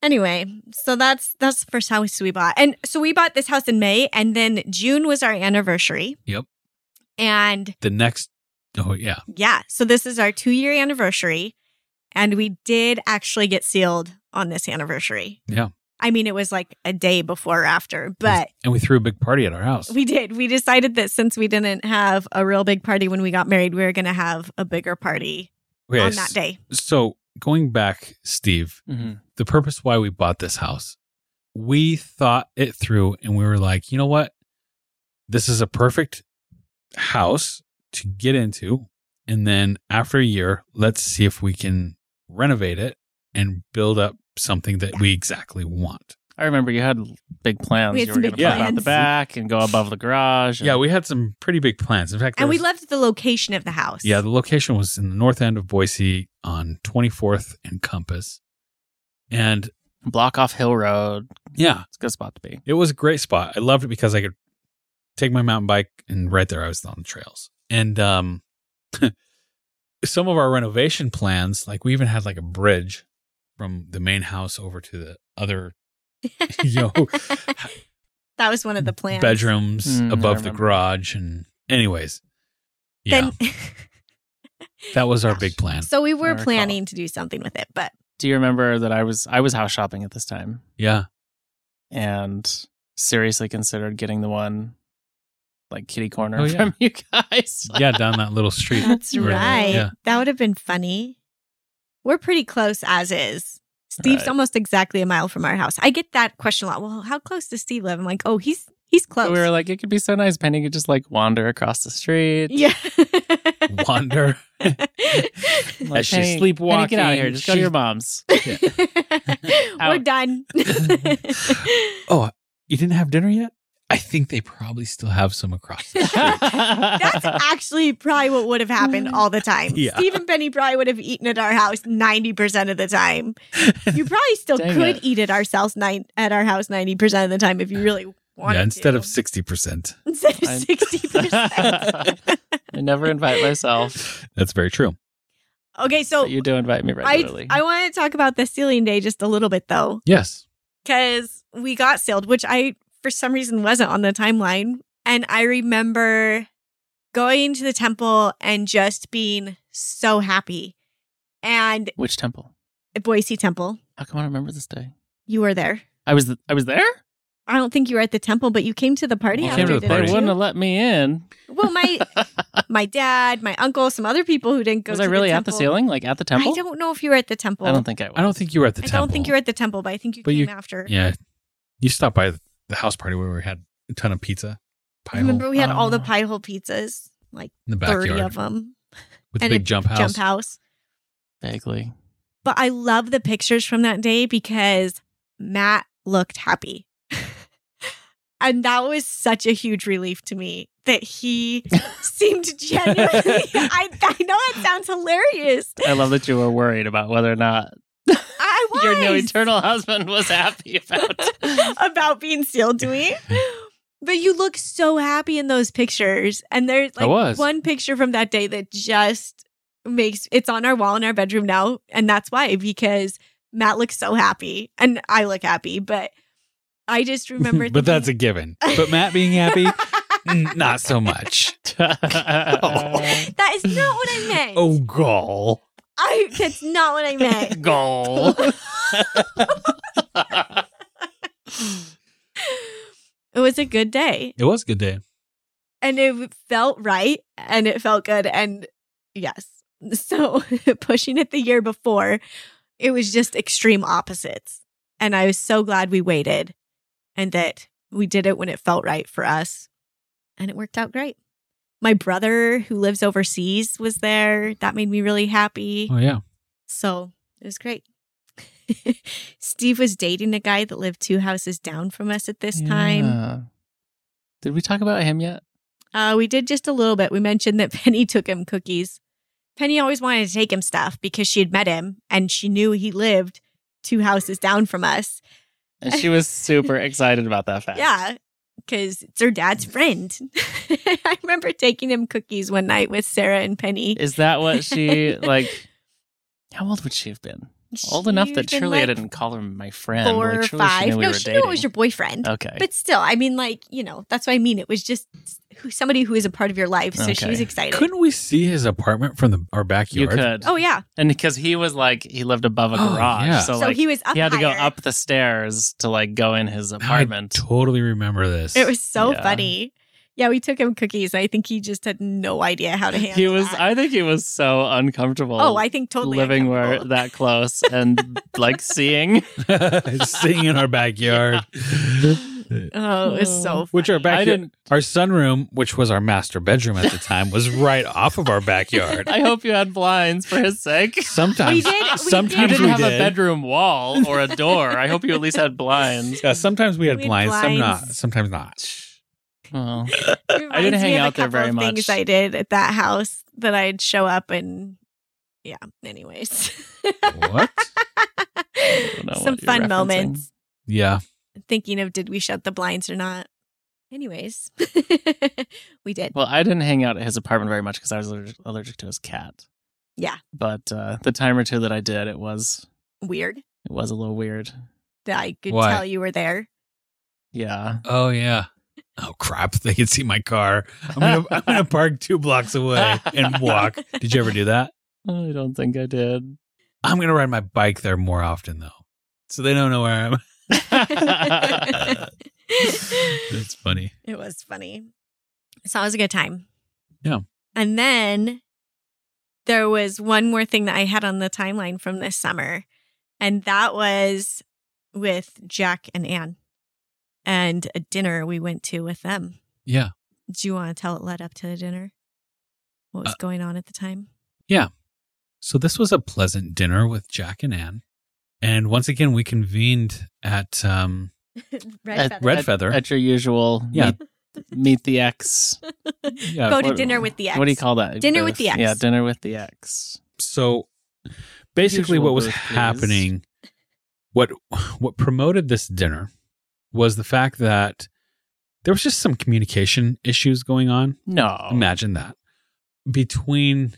Speaker 3: Anyway, so that's that's the first house we bought. And so we bought this house in May and then June was our anniversary.
Speaker 1: Yep.
Speaker 3: And
Speaker 1: The next, oh, yeah.
Speaker 3: yeah, so this is our 2-year anniversary and we did actually get sealed on this anniversary.
Speaker 1: Yeah.
Speaker 3: I mean, it was like a day before or after, but
Speaker 1: And we threw a big party at our house.
Speaker 3: we did. We decided that since we didn't have a real big party when we got married, we were going to have a bigger party
Speaker 1: Okay,
Speaker 3: on that day.
Speaker 1: So going back, Steve,
Speaker 2: Mhm.
Speaker 1: the purpose why we bought this house. We thought it through and we were like, you know what? This is a perfect house to get into. And then after a year, let's see if we can renovate it and build up something that we exactly want.
Speaker 2: I remember you had big plans.
Speaker 3: We had
Speaker 2: you
Speaker 3: some
Speaker 2: were
Speaker 3: big
Speaker 2: to put out the
Speaker 3: plans.
Speaker 2: back and go above the garage. and-
Speaker 1: Yeah, we had some pretty big plans. In fact, there
Speaker 3: And we
Speaker 1: was-
Speaker 3: loved the location of the house.
Speaker 1: Yeah, the location was in the north end of Boise on 24th and Compass. And
Speaker 2: block off Hill Road.
Speaker 1: yeah,
Speaker 2: It's a good spot to be.
Speaker 1: It was a great spot. I loved it because I could take my mountain bike and right there I was on the trails. And um *laughs* some of our renovation plans, like we even had like a bridge *laughs* from the main house over to the other yo
Speaker 3: That was one of the plans.
Speaker 1: bedrooms
Speaker 2: Mm, I
Speaker 1: above the
Speaker 2: remember.
Speaker 1: garage. And, anyways, yeah,
Speaker 3: Then,
Speaker 1: that was our big plan.
Speaker 3: *laughs* so we
Speaker 2: I
Speaker 3: were
Speaker 2: recall.
Speaker 3: planning to do something with it, but
Speaker 2: Do you remember that I was I was house shopping at this time
Speaker 1: Yeah.
Speaker 2: and seriously considered getting the one like kitty corner
Speaker 1: Oh, yeah.
Speaker 2: from *laughs* you guys?
Speaker 1: Yeah. Down that little street.
Speaker 3: *laughs*
Speaker 1: *laughs*
Speaker 3: that's
Speaker 1: Right,
Speaker 3: right.
Speaker 1: yeah.
Speaker 3: That would have been funny. We're pretty close as is. Steve's
Speaker 2: Right.
Speaker 3: almost exactly a mile from our house. I get that question a lot. Well, how close does Steve live? I'm like, oh, he's he's close.
Speaker 2: We were like, it could be so nice. Penny could just like wander across the street.
Speaker 3: yeah. *laughs*
Speaker 2: *laughs*
Speaker 1: Wander.
Speaker 2: Like,
Speaker 1: As she's
Speaker 2: "Penny- Penny, get out of here. Just go
Speaker 1: sleepwalking,
Speaker 2: to your mom's.
Speaker 3: We're
Speaker 2: Out.
Speaker 3: done.
Speaker 2: *laughs*
Speaker 1: You didn't have dinner yet? I think they probably still have some
Speaker 3: *laughs*
Speaker 1: across. *laughs* the-
Speaker 3: That's actually probably what would have happened all the time.
Speaker 1: Yeah.
Speaker 3: Steve and Penny probably would have eaten at our house 90% of the time. You probably still
Speaker 2: Dang
Speaker 3: could
Speaker 2: it.
Speaker 3: eat at ourselves nine, at our house 90% of the time if you really wanted
Speaker 1: yeah. Instead
Speaker 3: to.
Speaker 1: of 60%.
Speaker 3: instead of
Speaker 2: I-
Speaker 3: 60%.
Speaker 2: *laughs* I never invite myself.
Speaker 1: That's very true.
Speaker 3: *laughs* okay,
Speaker 2: *laughs*
Speaker 3: so
Speaker 2: but you do invite me
Speaker 3: I
Speaker 2: regularly.
Speaker 3: I want to talk about the sealing day just a little bit though
Speaker 1: Yes.
Speaker 3: cuz we got sealed, which I for some reason wasn't on the timeline, and I remember going to the temple and just being so happy. And
Speaker 2: Which temple?
Speaker 3: Boise Temple,
Speaker 2: How come I don't remember this day?
Speaker 3: you were there.
Speaker 2: I was I was there.
Speaker 3: I don't think you were at the temple, but you came to the party
Speaker 1: You
Speaker 3: after
Speaker 1: came to the
Speaker 2: They
Speaker 3: dinner.
Speaker 1: party.
Speaker 2: wouldn't
Speaker 3: too.
Speaker 2: have let me in.
Speaker 3: Well, my my dad, my uncle, some other people who didn't go.
Speaker 2: Was
Speaker 3: to
Speaker 2: I really
Speaker 3: the
Speaker 2: at the
Speaker 3: temple.
Speaker 2: ceiling? Like at the temple?
Speaker 3: I don't know if you were at the temple.
Speaker 2: I don't think I was.
Speaker 1: I don't think you were at the
Speaker 3: I
Speaker 1: temple.
Speaker 3: don't think you were at the temple, but I think you
Speaker 1: But
Speaker 3: came
Speaker 1: you-
Speaker 3: after.
Speaker 1: Yeah. You stopped by the house party where we had a ton of pizza. Pie hole
Speaker 3: Remember, we had all the
Speaker 2: Oh.
Speaker 3: pie hole pizzas, like
Speaker 1: in the
Speaker 3: thirty
Speaker 1: backyard
Speaker 3: of them,
Speaker 1: with
Speaker 3: and
Speaker 1: the
Speaker 3: a
Speaker 1: big jump house. *laughs*
Speaker 3: jump house.
Speaker 2: Vaguely.
Speaker 3: But I love the pictures from that day because Matt looked happy. *laughs* and that was such a huge relief to me that he seemed genuinely. I, I know it sounds hilarious.
Speaker 2: I love that you were worried about whether or not
Speaker 3: I was.
Speaker 2: your new eternal husband was happy
Speaker 3: *laughs*
Speaker 2: about.
Speaker 3: about being sealed to me. But you look so happy in those pictures. And there's
Speaker 1: I
Speaker 3: like
Speaker 1: was.
Speaker 3: one picture from that day that just makes it's on our wall in our bedroom now. And that's why, because Matt looks so happy and I look happy. But I
Speaker 1: *laughs*
Speaker 3: just remember
Speaker 1: but that's a given. But Matt being
Speaker 3: *laughs*
Speaker 1: happy, mm, not so much.
Speaker 2: *laughs*
Speaker 3: that is not what
Speaker 1: *laughs*
Speaker 3: I meant.
Speaker 1: Oh, gall.
Speaker 3: I that's not what I
Speaker 1: *laughs*
Speaker 3: meant.
Speaker 2: Goal.
Speaker 3: It was a good day.
Speaker 1: It was a good day.
Speaker 3: and it felt right and it felt good and yes so *laughs* pushing it the year before it was just extreme opposites and i was so glad we waited and that we did it when it felt right for us and it worked out great my brother who lives overseas was there that made me really happy
Speaker 1: Oh, yeah.
Speaker 3: so it was great *laughs* steve was dating a guy that lived two houses down from us at this time
Speaker 2: Yeah. Did we talk about him yet?
Speaker 3: Uh, we did just a little bit. We mentioned that *laughs* Penny took him cookies. Penny always wanted to take him stuff because she had met him and she knew he lived two houses down from us.
Speaker 2: And she was
Speaker 3: *laughs*
Speaker 2: super excited about that fact.
Speaker 3: Yeah, because it's her dad's friend. *laughs* I remember taking him cookies one night with Sarah and Penny.
Speaker 2: Is that what
Speaker 3: *laughs*
Speaker 2: she like? How old would she have been? Old enough that
Speaker 3: She'd been,
Speaker 2: surely I
Speaker 3: like,
Speaker 2: didn't call her my friend.
Speaker 3: Four
Speaker 2: like,
Speaker 3: or
Speaker 2: surely
Speaker 3: five.
Speaker 2: She knew we
Speaker 3: no,
Speaker 2: were
Speaker 3: she
Speaker 2: dating.
Speaker 3: knew it was your boyfriend.
Speaker 2: Okay.
Speaker 3: But still, I mean, like, you know, that's what I mean. It was just who- somebody who is a part of your life. So she
Speaker 2: Okay.
Speaker 3: was excited.
Speaker 1: Couldn't we see his apartment from the, our
Speaker 2: you
Speaker 1: backyard?
Speaker 2: could.
Speaker 3: oh, yeah.
Speaker 2: And because he was like he lived above a
Speaker 1: Oh,
Speaker 2: garage,
Speaker 1: yeah.
Speaker 2: so,
Speaker 3: So,
Speaker 2: like
Speaker 3: he was up
Speaker 2: he had to go
Speaker 3: higher.
Speaker 2: up the stairs to like go in his
Speaker 1: Now I
Speaker 2: apartment.
Speaker 1: totally remember this. *laughs*
Speaker 3: *laughs* It was so
Speaker 2: Yeah.
Speaker 3: funny. Yeah, we took him cookies. I think he just had no idea how to handle.
Speaker 2: He was.
Speaker 3: that.
Speaker 2: I think he was so uncomfortable.
Speaker 3: oh, I think totally
Speaker 2: living where
Speaker 3: uncomfortable.
Speaker 2: that close
Speaker 3: *laughs*
Speaker 2: and like seeing.
Speaker 1: Sitting in our
Speaker 3: *laughs*
Speaker 1: backyard.
Speaker 3: Oh, it was so.
Speaker 2: Mm.
Speaker 3: Funny.
Speaker 1: Which our
Speaker 2: I
Speaker 1: backyard,
Speaker 2: didn't.
Speaker 1: our sunroom, which was our master bedroom at the time, was right off of our backyard.
Speaker 2: I hope you had blinds for his sake.
Speaker 1: Sometimes,
Speaker 3: We did- we
Speaker 2: You
Speaker 1: sometimes
Speaker 2: didn't
Speaker 1: we
Speaker 2: have
Speaker 1: did.
Speaker 2: a
Speaker 1: *laughs*
Speaker 2: bedroom wall or a door. I hope you at least had blinds.
Speaker 1: Yeah, sometimes we had
Speaker 3: We had
Speaker 1: blinds, some not,
Speaker 3: blinds.
Speaker 1: sometimes not.
Speaker 2: Well,
Speaker 3: Reminds
Speaker 2: didn't
Speaker 3: me
Speaker 2: hang
Speaker 3: of a
Speaker 2: out there
Speaker 3: couple
Speaker 2: very
Speaker 3: of Things
Speaker 2: much.
Speaker 3: I did at that house that I'd show up and yeah. Anyways,
Speaker 1: What?
Speaker 3: *laughs*
Speaker 2: know what
Speaker 3: some
Speaker 2: you're
Speaker 3: fun
Speaker 2: referencing.
Speaker 3: moments.
Speaker 1: Yeah,
Speaker 3: Thinking of did we shut the blinds or not? Anyways, *laughs* we did.
Speaker 2: well, I didn't hang out at his apartment very much because I was allergic, allergic to his cat.
Speaker 3: Yeah.
Speaker 2: But uh, the time or two that I did, it was
Speaker 3: Weird
Speaker 2: it was a little weird.
Speaker 3: that I could
Speaker 1: Why?
Speaker 2: *laughs*
Speaker 3: tell you were there *laughs*
Speaker 2: Yeah.
Speaker 1: Oh yeah. Oh crap! *laughs* They can see my car. I'm gonna, I'm gonna park two blocks away and walk. Did you ever do that?
Speaker 2: I don't think I did.
Speaker 1: I'm gonna ride my bike there more often though, so they don't know where I'm. *laughs*
Speaker 3: it
Speaker 1: That's funny.
Speaker 3: was funny. So it was a good time.
Speaker 1: Yeah.
Speaker 3: And then there was one more thing that I had on the timeline from this summer, and that was with Jack and Anne and a dinner we went to with them.
Speaker 1: Yeah.
Speaker 3: Do you want to tell it led up to the dinner? What was
Speaker 1: Uh,
Speaker 3: going on at the time?
Speaker 1: So this was a pleasant dinner with Jack and Anne, and once again we convened at um,
Speaker 2: Uh,
Speaker 3: *laughs* Red
Speaker 1: Red
Speaker 2: at-
Speaker 1: Feather.
Speaker 2: At your usual
Speaker 1: Yeah.
Speaker 2: meet, meet the X.
Speaker 1: yeah,
Speaker 3: Go to
Speaker 2: what-
Speaker 3: dinner with the ex.
Speaker 2: What do you call that? Uh,
Speaker 3: Dinner with the X.
Speaker 2: Yeah, dinner with the X.
Speaker 1: so basically
Speaker 2: Usual
Speaker 1: what was
Speaker 2: booth, please.
Speaker 1: happening what what promoted this dinner was the fact that there was just some communication issues going on
Speaker 2: No.
Speaker 1: imagine that between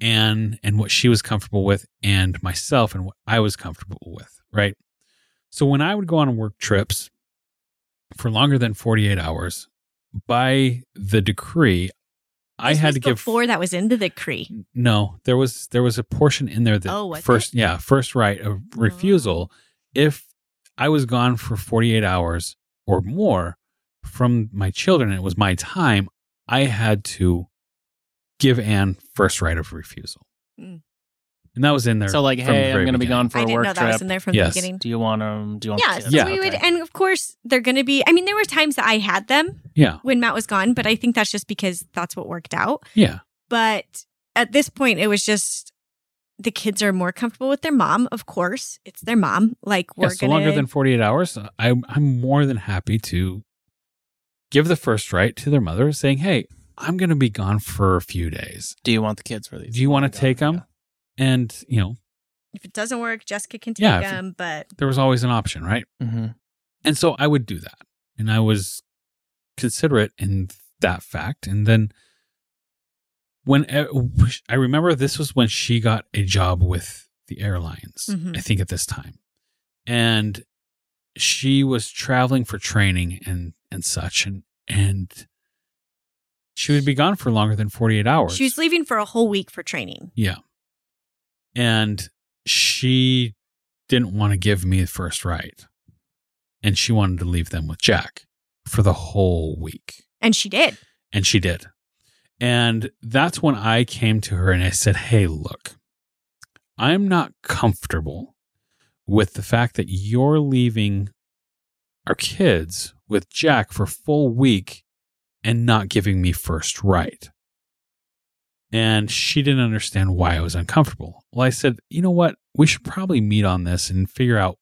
Speaker 1: Anne and what she was comfortable with and myself and what I was comfortable with, right? So when I would go on work trips for longer than 48 hours, by the decree, I
Speaker 3: This
Speaker 1: had
Speaker 3: was
Speaker 1: to give Mm,
Speaker 3: before that was into the decree.
Speaker 1: no, there was there was a portion in there that
Speaker 3: Oh, was Oh.
Speaker 1: first yeah, first right of refusal if I was gone for 48 hours or more from my children and it was my time, I had to give Anne first right of refusal.
Speaker 3: Mm.
Speaker 1: And that was in there.
Speaker 2: So like,
Speaker 1: from the
Speaker 2: hey, I'm
Speaker 1: very
Speaker 2: going to be
Speaker 1: beginning.
Speaker 2: gone for
Speaker 3: I
Speaker 2: a
Speaker 3: didn't
Speaker 2: work
Speaker 3: know that
Speaker 2: trip.
Speaker 3: was in there from
Speaker 1: Yes. Oh,
Speaker 3: the beginning.
Speaker 2: Do you want them? Do you want?
Speaker 3: Yeah,
Speaker 2: kids?
Speaker 3: so
Speaker 1: Yeah.
Speaker 3: we would,
Speaker 2: Okay.
Speaker 3: and of course, they're going to be. I mean, there were times that I had them
Speaker 1: Yeah.
Speaker 3: when Matt was gone, but I think that's just because that's what worked out.
Speaker 1: Yeah.
Speaker 3: But at this point, it was just the kids are more comfortable with their mom. Of course, it's their mom. Like we're
Speaker 1: yeah so
Speaker 3: gonna,
Speaker 1: longer than 48 hours, I I'm more than happy to give the first right to their mother saying, "Hey, I'm going to be gone for a few days."
Speaker 2: Do you want the kids released?
Speaker 1: Do you wanna
Speaker 2: Yeah,
Speaker 1: take 'em?
Speaker 2: yeah.
Speaker 1: And, you know,
Speaker 3: if it doesn't work, Jessica can take
Speaker 1: Yeah, if-
Speaker 3: them. But
Speaker 1: there was always an option, right?
Speaker 2: Mhm.
Speaker 1: And so I would do that. And I was considerate in that fact. And then when e, I remember this was when she got a job with the airlines,
Speaker 3: Mhm.
Speaker 1: I think at this time. And she was traveling for training and, and such. And, and she would be gone for longer than 48 hours.
Speaker 3: she was leaving for a whole week for training.
Speaker 1: Yeah. And she didn't want to give me the first right. And she wanted to leave them with Jack for the whole week.
Speaker 3: And she did.
Speaker 1: And she did. And that's when I came to her and I said, Hey, look, I'm not comfortable with the fact that you're leaving our kids with Jack for a full week and not giving me first right. And she didn't understand why I was uncomfortable. Well, I said, you know what? We should probably meet on this and figure out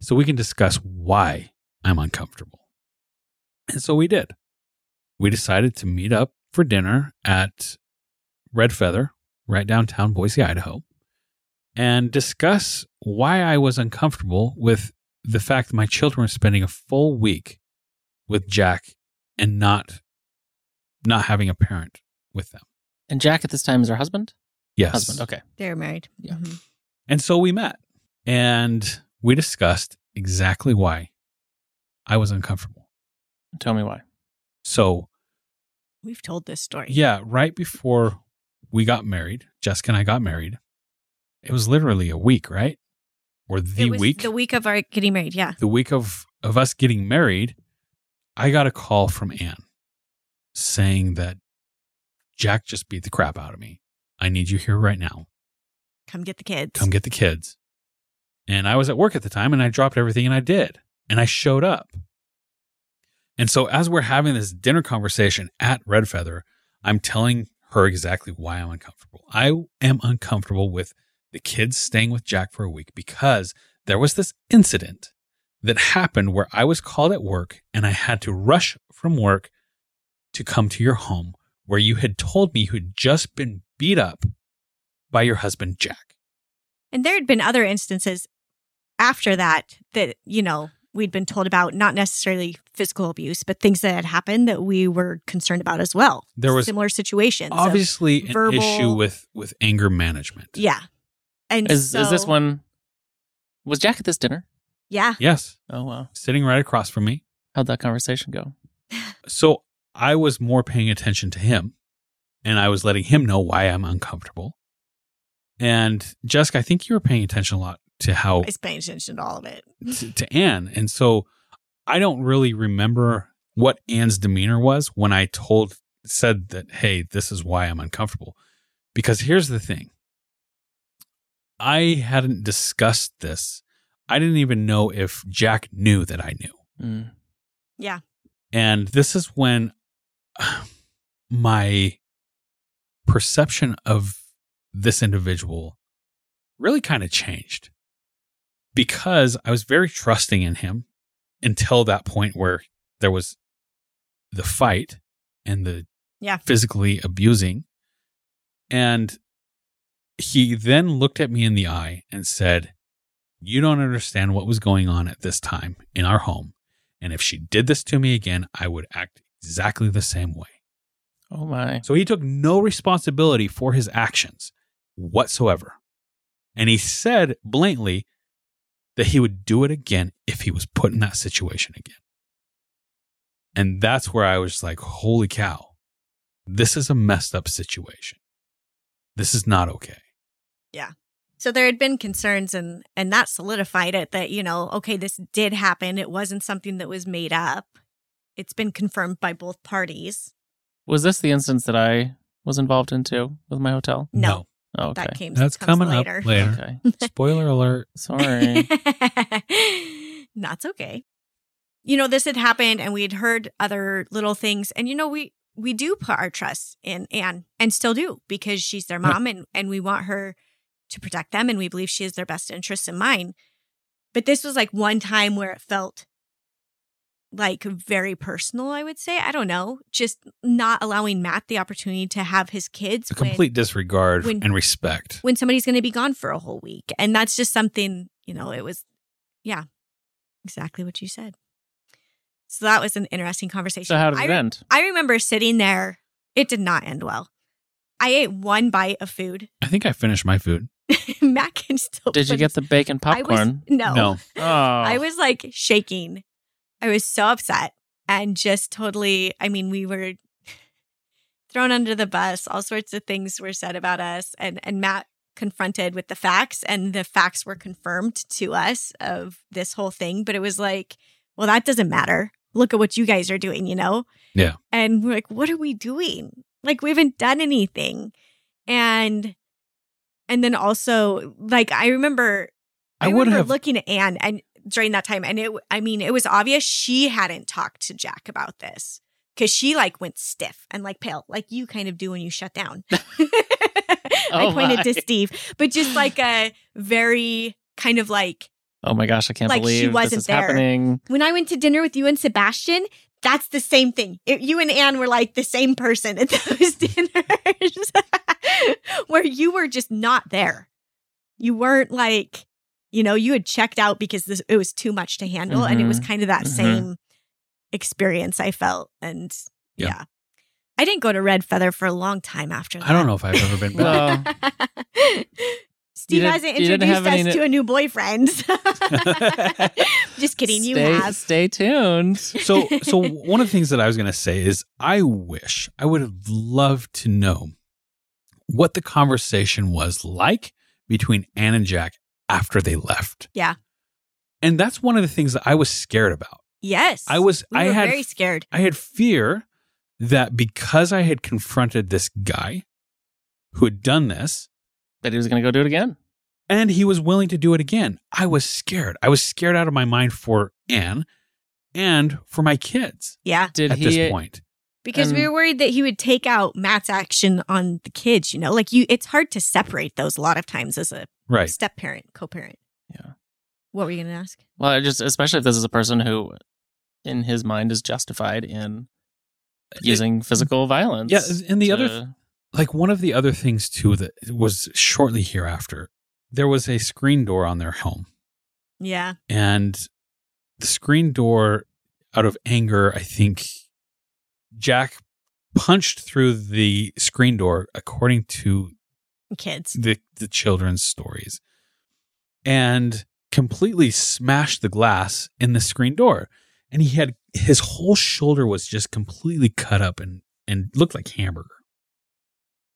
Speaker 1: so we can discuss why I'm uncomfortable. And so we did. We decided to meet up for dinner at Red Feather, right downtown Boise, Idaho, and discuss why I was uncomfortable with the fact that my children were spending a full week with Jack and not not having a parent with them.
Speaker 2: And Jack at this time is her husband.
Speaker 1: Yes.
Speaker 2: Husband. Okay.
Speaker 3: They were married.
Speaker 2: Yeah.
Speaker 3: Mhm.
Speaker 1: And so we met and we discussed exactly why I was uncomfortable.
Speaker 2: Tell me why.
Speaker 1: So,
Speaker 3: We've told this story.
Speaker 1: yeah, right before we got married, Jessica and I got married, it was literally a week, right? Or the
Speaker 3: It was
Speaker 1: week,
Speaker 3: The week of our getting married. Yeah.
Speaker 1: the week of, of us getting married, I got a call from Anne saying that Jack just beat the crap out of me. I need you here right now.
Speaker 3: Come get the kids.
Speaker 1: come get the kids. And I was at work at the time and I dropped everything and I did. And I showed up. And so as we're having this dinner conversation at Red Feather, I'm telling her exactly why I'm uncomfortable. I am uncomfortable with the kids staying with Jack for a week because there was this incident that happened where I was called at work and I had to rush from work to come to your home where you had told me you had just been beat up by your husband, Jack.
Speaker 3: And there had been other instances after that that, you know, we'd been told about, not necessarily physical abuse, but things that had happened that we were concerned about as well.
Speaker 1: There was
Speaker 3: similar situations. of-
Speaker 1: obviously an
Speaker 3: verbal-
Speaker 1: issue with with anger management.
Speaker 3: yeah. And
Speaker 2: Is is this
Speaker 3: so-
Speaker 2: one? Was Jack at this dinner?
Speaker 3: Yeah.
Speaker 1: Yes,
Speaker 2: Oh wow.
Speaker 1: sitting right across from me.
Speaker 2: How'd that conversation go?
Speaker 1: So I was more paying attention to him and I was letting him know why I'm uncomfortable. And Jessica, I think you were paying attention a lot to how
Speaker 3: I was paying attention to
Speaker 2: *laughs*
Speaker 3: all of it.
Speaker 1: to, to Anne. And so I don't really remember what Anne's demeanor was when I told said that, hey, this is why I'm uncomfortable. Because here's the thing. I hadn't discussed this. I didn't even know if Jack knew that I knew.
Speaker 2: Mm.
Speaker 1: And this is when my perception of this individual really kind of changed because I was very trusting in him until that point where there was the fight and the
Speaker 3: Yeah.
Speaker 1: physically abusing. And he then looked at me in the eye and said, You don't understand what was going on at this time in our home. And if she did this to me again, I would act exactly the same way.
Speaker 2: Oh my.
Speaker 1: So he took no responsibility for his actions whatsoever. And he said blatantly that he would do it again if he was put in that situation again. And that's where I was like, holy cow, this is a messed up situation. This is not okay.
Speaker 3: So there had been concerns and and that solidified it that, you know, okay, this did happen. It wasn't something that was made up. It's been confirmed by both parties.
Speaker 2: Was this the instance that I was involved in too with my hotel?
Speaker 3: No,
Speaker 2: Oh, okay.
Speaker 3: That came
Speaker 1: That's
Speaker 3: comes
Speaker 1: coming
Speaker 3: later.
Speaker 1: up later.
Speaker 3: *laughs*
Speaker 2: Okay.
Speaker 1: Spoiler alert.
Speaker 2: Sorry.
Speaker 3: That's okay. You know, this had happened and we had heard other little things. And you know, we we do put our trust in Anne and still do because she's their
Speaker 1: Yeah.
Speaker 3: mom and, and we want her to protect them and we believe she has their best interests in mind. But this was like one time where it felt like very personal, I would say. I don't know. Just not allowing Matt the opportunity to have his kids.
Speaker 1: A
Speaker 3: when-
Speaker 1: complete disregard
Speaker 3: when-
Speaker 1: and respect.
Speaker 3: when somebody's going to be gone for a whole week. And that's just something, you know, it was, yeah, exactly what you said. So that was an interesting conversation.
Speaker 2: so how did
Speaker 3: I,
Speaker 2: it end?
Speaker 3: I remember sitting there. It did not end well. I ate one bite of food. *laughs*
Speaker 1: I think I finished my food.
Speaker 3: Matt can still.
Speaker 2: Did you
Speaker 3: put-
Speaker 2: get the bacon
Speaker 3: I was-
Speaker 2: popcorn?
Speaker 3: no.
Speaker 1: No.
Speaker 2: oh.
Speaker 3: *laughs* I was like shaking. I was so upset and just totally, I mean, we were thrown under the bus. All sorts of things were said about us and and Matt confronted with the facts and the facts were confirmed to us of this whole thing, but it was like, well, that doesn't matter. Look at what you guys are doing, you know?
Speaker 1: Yeah.
Speaker 3: And we're like, what are we doing? Like we haven't done anything. And and then also like I remember I,
Speaker 1: I would
Speaker 3: remember
Speaker 1: have
Speaker 3: looking at Anne and during that time, and it I mean, it was obvious she hadn't talked to Jack about this because she like went stiff and like pale, like you kind of do when you shut down. *laughs*
Speaker 1: *laughs*
Speaker 3: I
Speaker 2: Oh,
Speaker 3: pointed to
Speaker 2: my.
Speaker 3: Steve, but just like a very kind of like
Speaker 2: Oh my gosh, I can't
Speaker 3: Like, she
Speaker 2: believe
Speaker 3: wasn't
Speaker 2: this is
Speaker 3: there.
Speaker 2: happening.
Speaker 3: when I went to dinner with you and Sebastian. That's the same thing. It, you and Anne were like the same person at *laughs* those dinners where you were just not there. You weren't like, you know, you had checked out because this, it was too much to handle. And it was kind of that
Speaker 2: Mhm.
Speaker 3: same experience I felt. And
Speaker 1: Yeah.
Speaker 3: yeah. I didn't go to Red Feather for a long time after that.
Speaker 1: I don't know if I've ever been back.
Speaker 2: Well,
Speaker 3: *laughs* Steve
Speaker 2: didn't-
Speaker 3: hasn't
Speaker 2: you didn't
Speaker 3: introduced
Speaker 2: have any-
Speaker 3: us to a new boyfriend.
Speaker 2: *laughs*
Speaker 3: *laughs* Just kidding, you
Speaker 2: stay,
Speaker 3: have.
Speaker 2: Stay
Speaker 1: *laughs*
Speaker 2: tuned.
Speaker 3: *laughs*
Speaker 1: so so one of the things that I was going to say is I wish I would have loved to know what the conversation was like between Anne and Jack after they left.
Speaker 3: Yeah.
Speaker 1: And that's one of the things that I was scared about.
Speaker 3: Yes.
Speaker 1: I was
Speaker 3: we
Speaker 1: I
Speaker 3: were
Speaker 1: had
Speaker 3: very scared.
Speaker 1: I had fear that because I had confronted this guy who had done this
Speaker 2: That he was going to go do it again.
Speaker 1: and he was willing to do it again. I was scared. I was scared out of my mind for Anne and for my kids
Speaker 3: Yeah.
Speaker 2: Did
Speaker 1: at
Speaker 2: he?
Speaker 1: this point.
Speaker 3: Because we
Speaker 2: And-
Speaker 3: were worried that he would take out Matt's action on the kids, you know? Like you it's hard to separate those a lot of times as a
Speaker 1: Right.
Speaker 3: step parent, co parent.
Speaker 2: Yeah.
Speaker 3: What were you gonna ask?
Speaker 2: Well, I just especially if this is a person who, in his mind, is justified in using physical violence.
Speaker 1: Mm-hmm. Yeah, and the other
Speaker 2: to-
Speaker 1: like one of the other things too that was shortly hereafter there was a screen door on their home
Speaker 3: Yeah.
Speaker 1: and the screen door out of anger i think jack punched through the screen door according to
Speaker 3: Kids.
Speaker 1: the, the children's stories and completely smashed the glass in the screen door and he had his whole shoulder was just completely cut up and and looked like hamburger.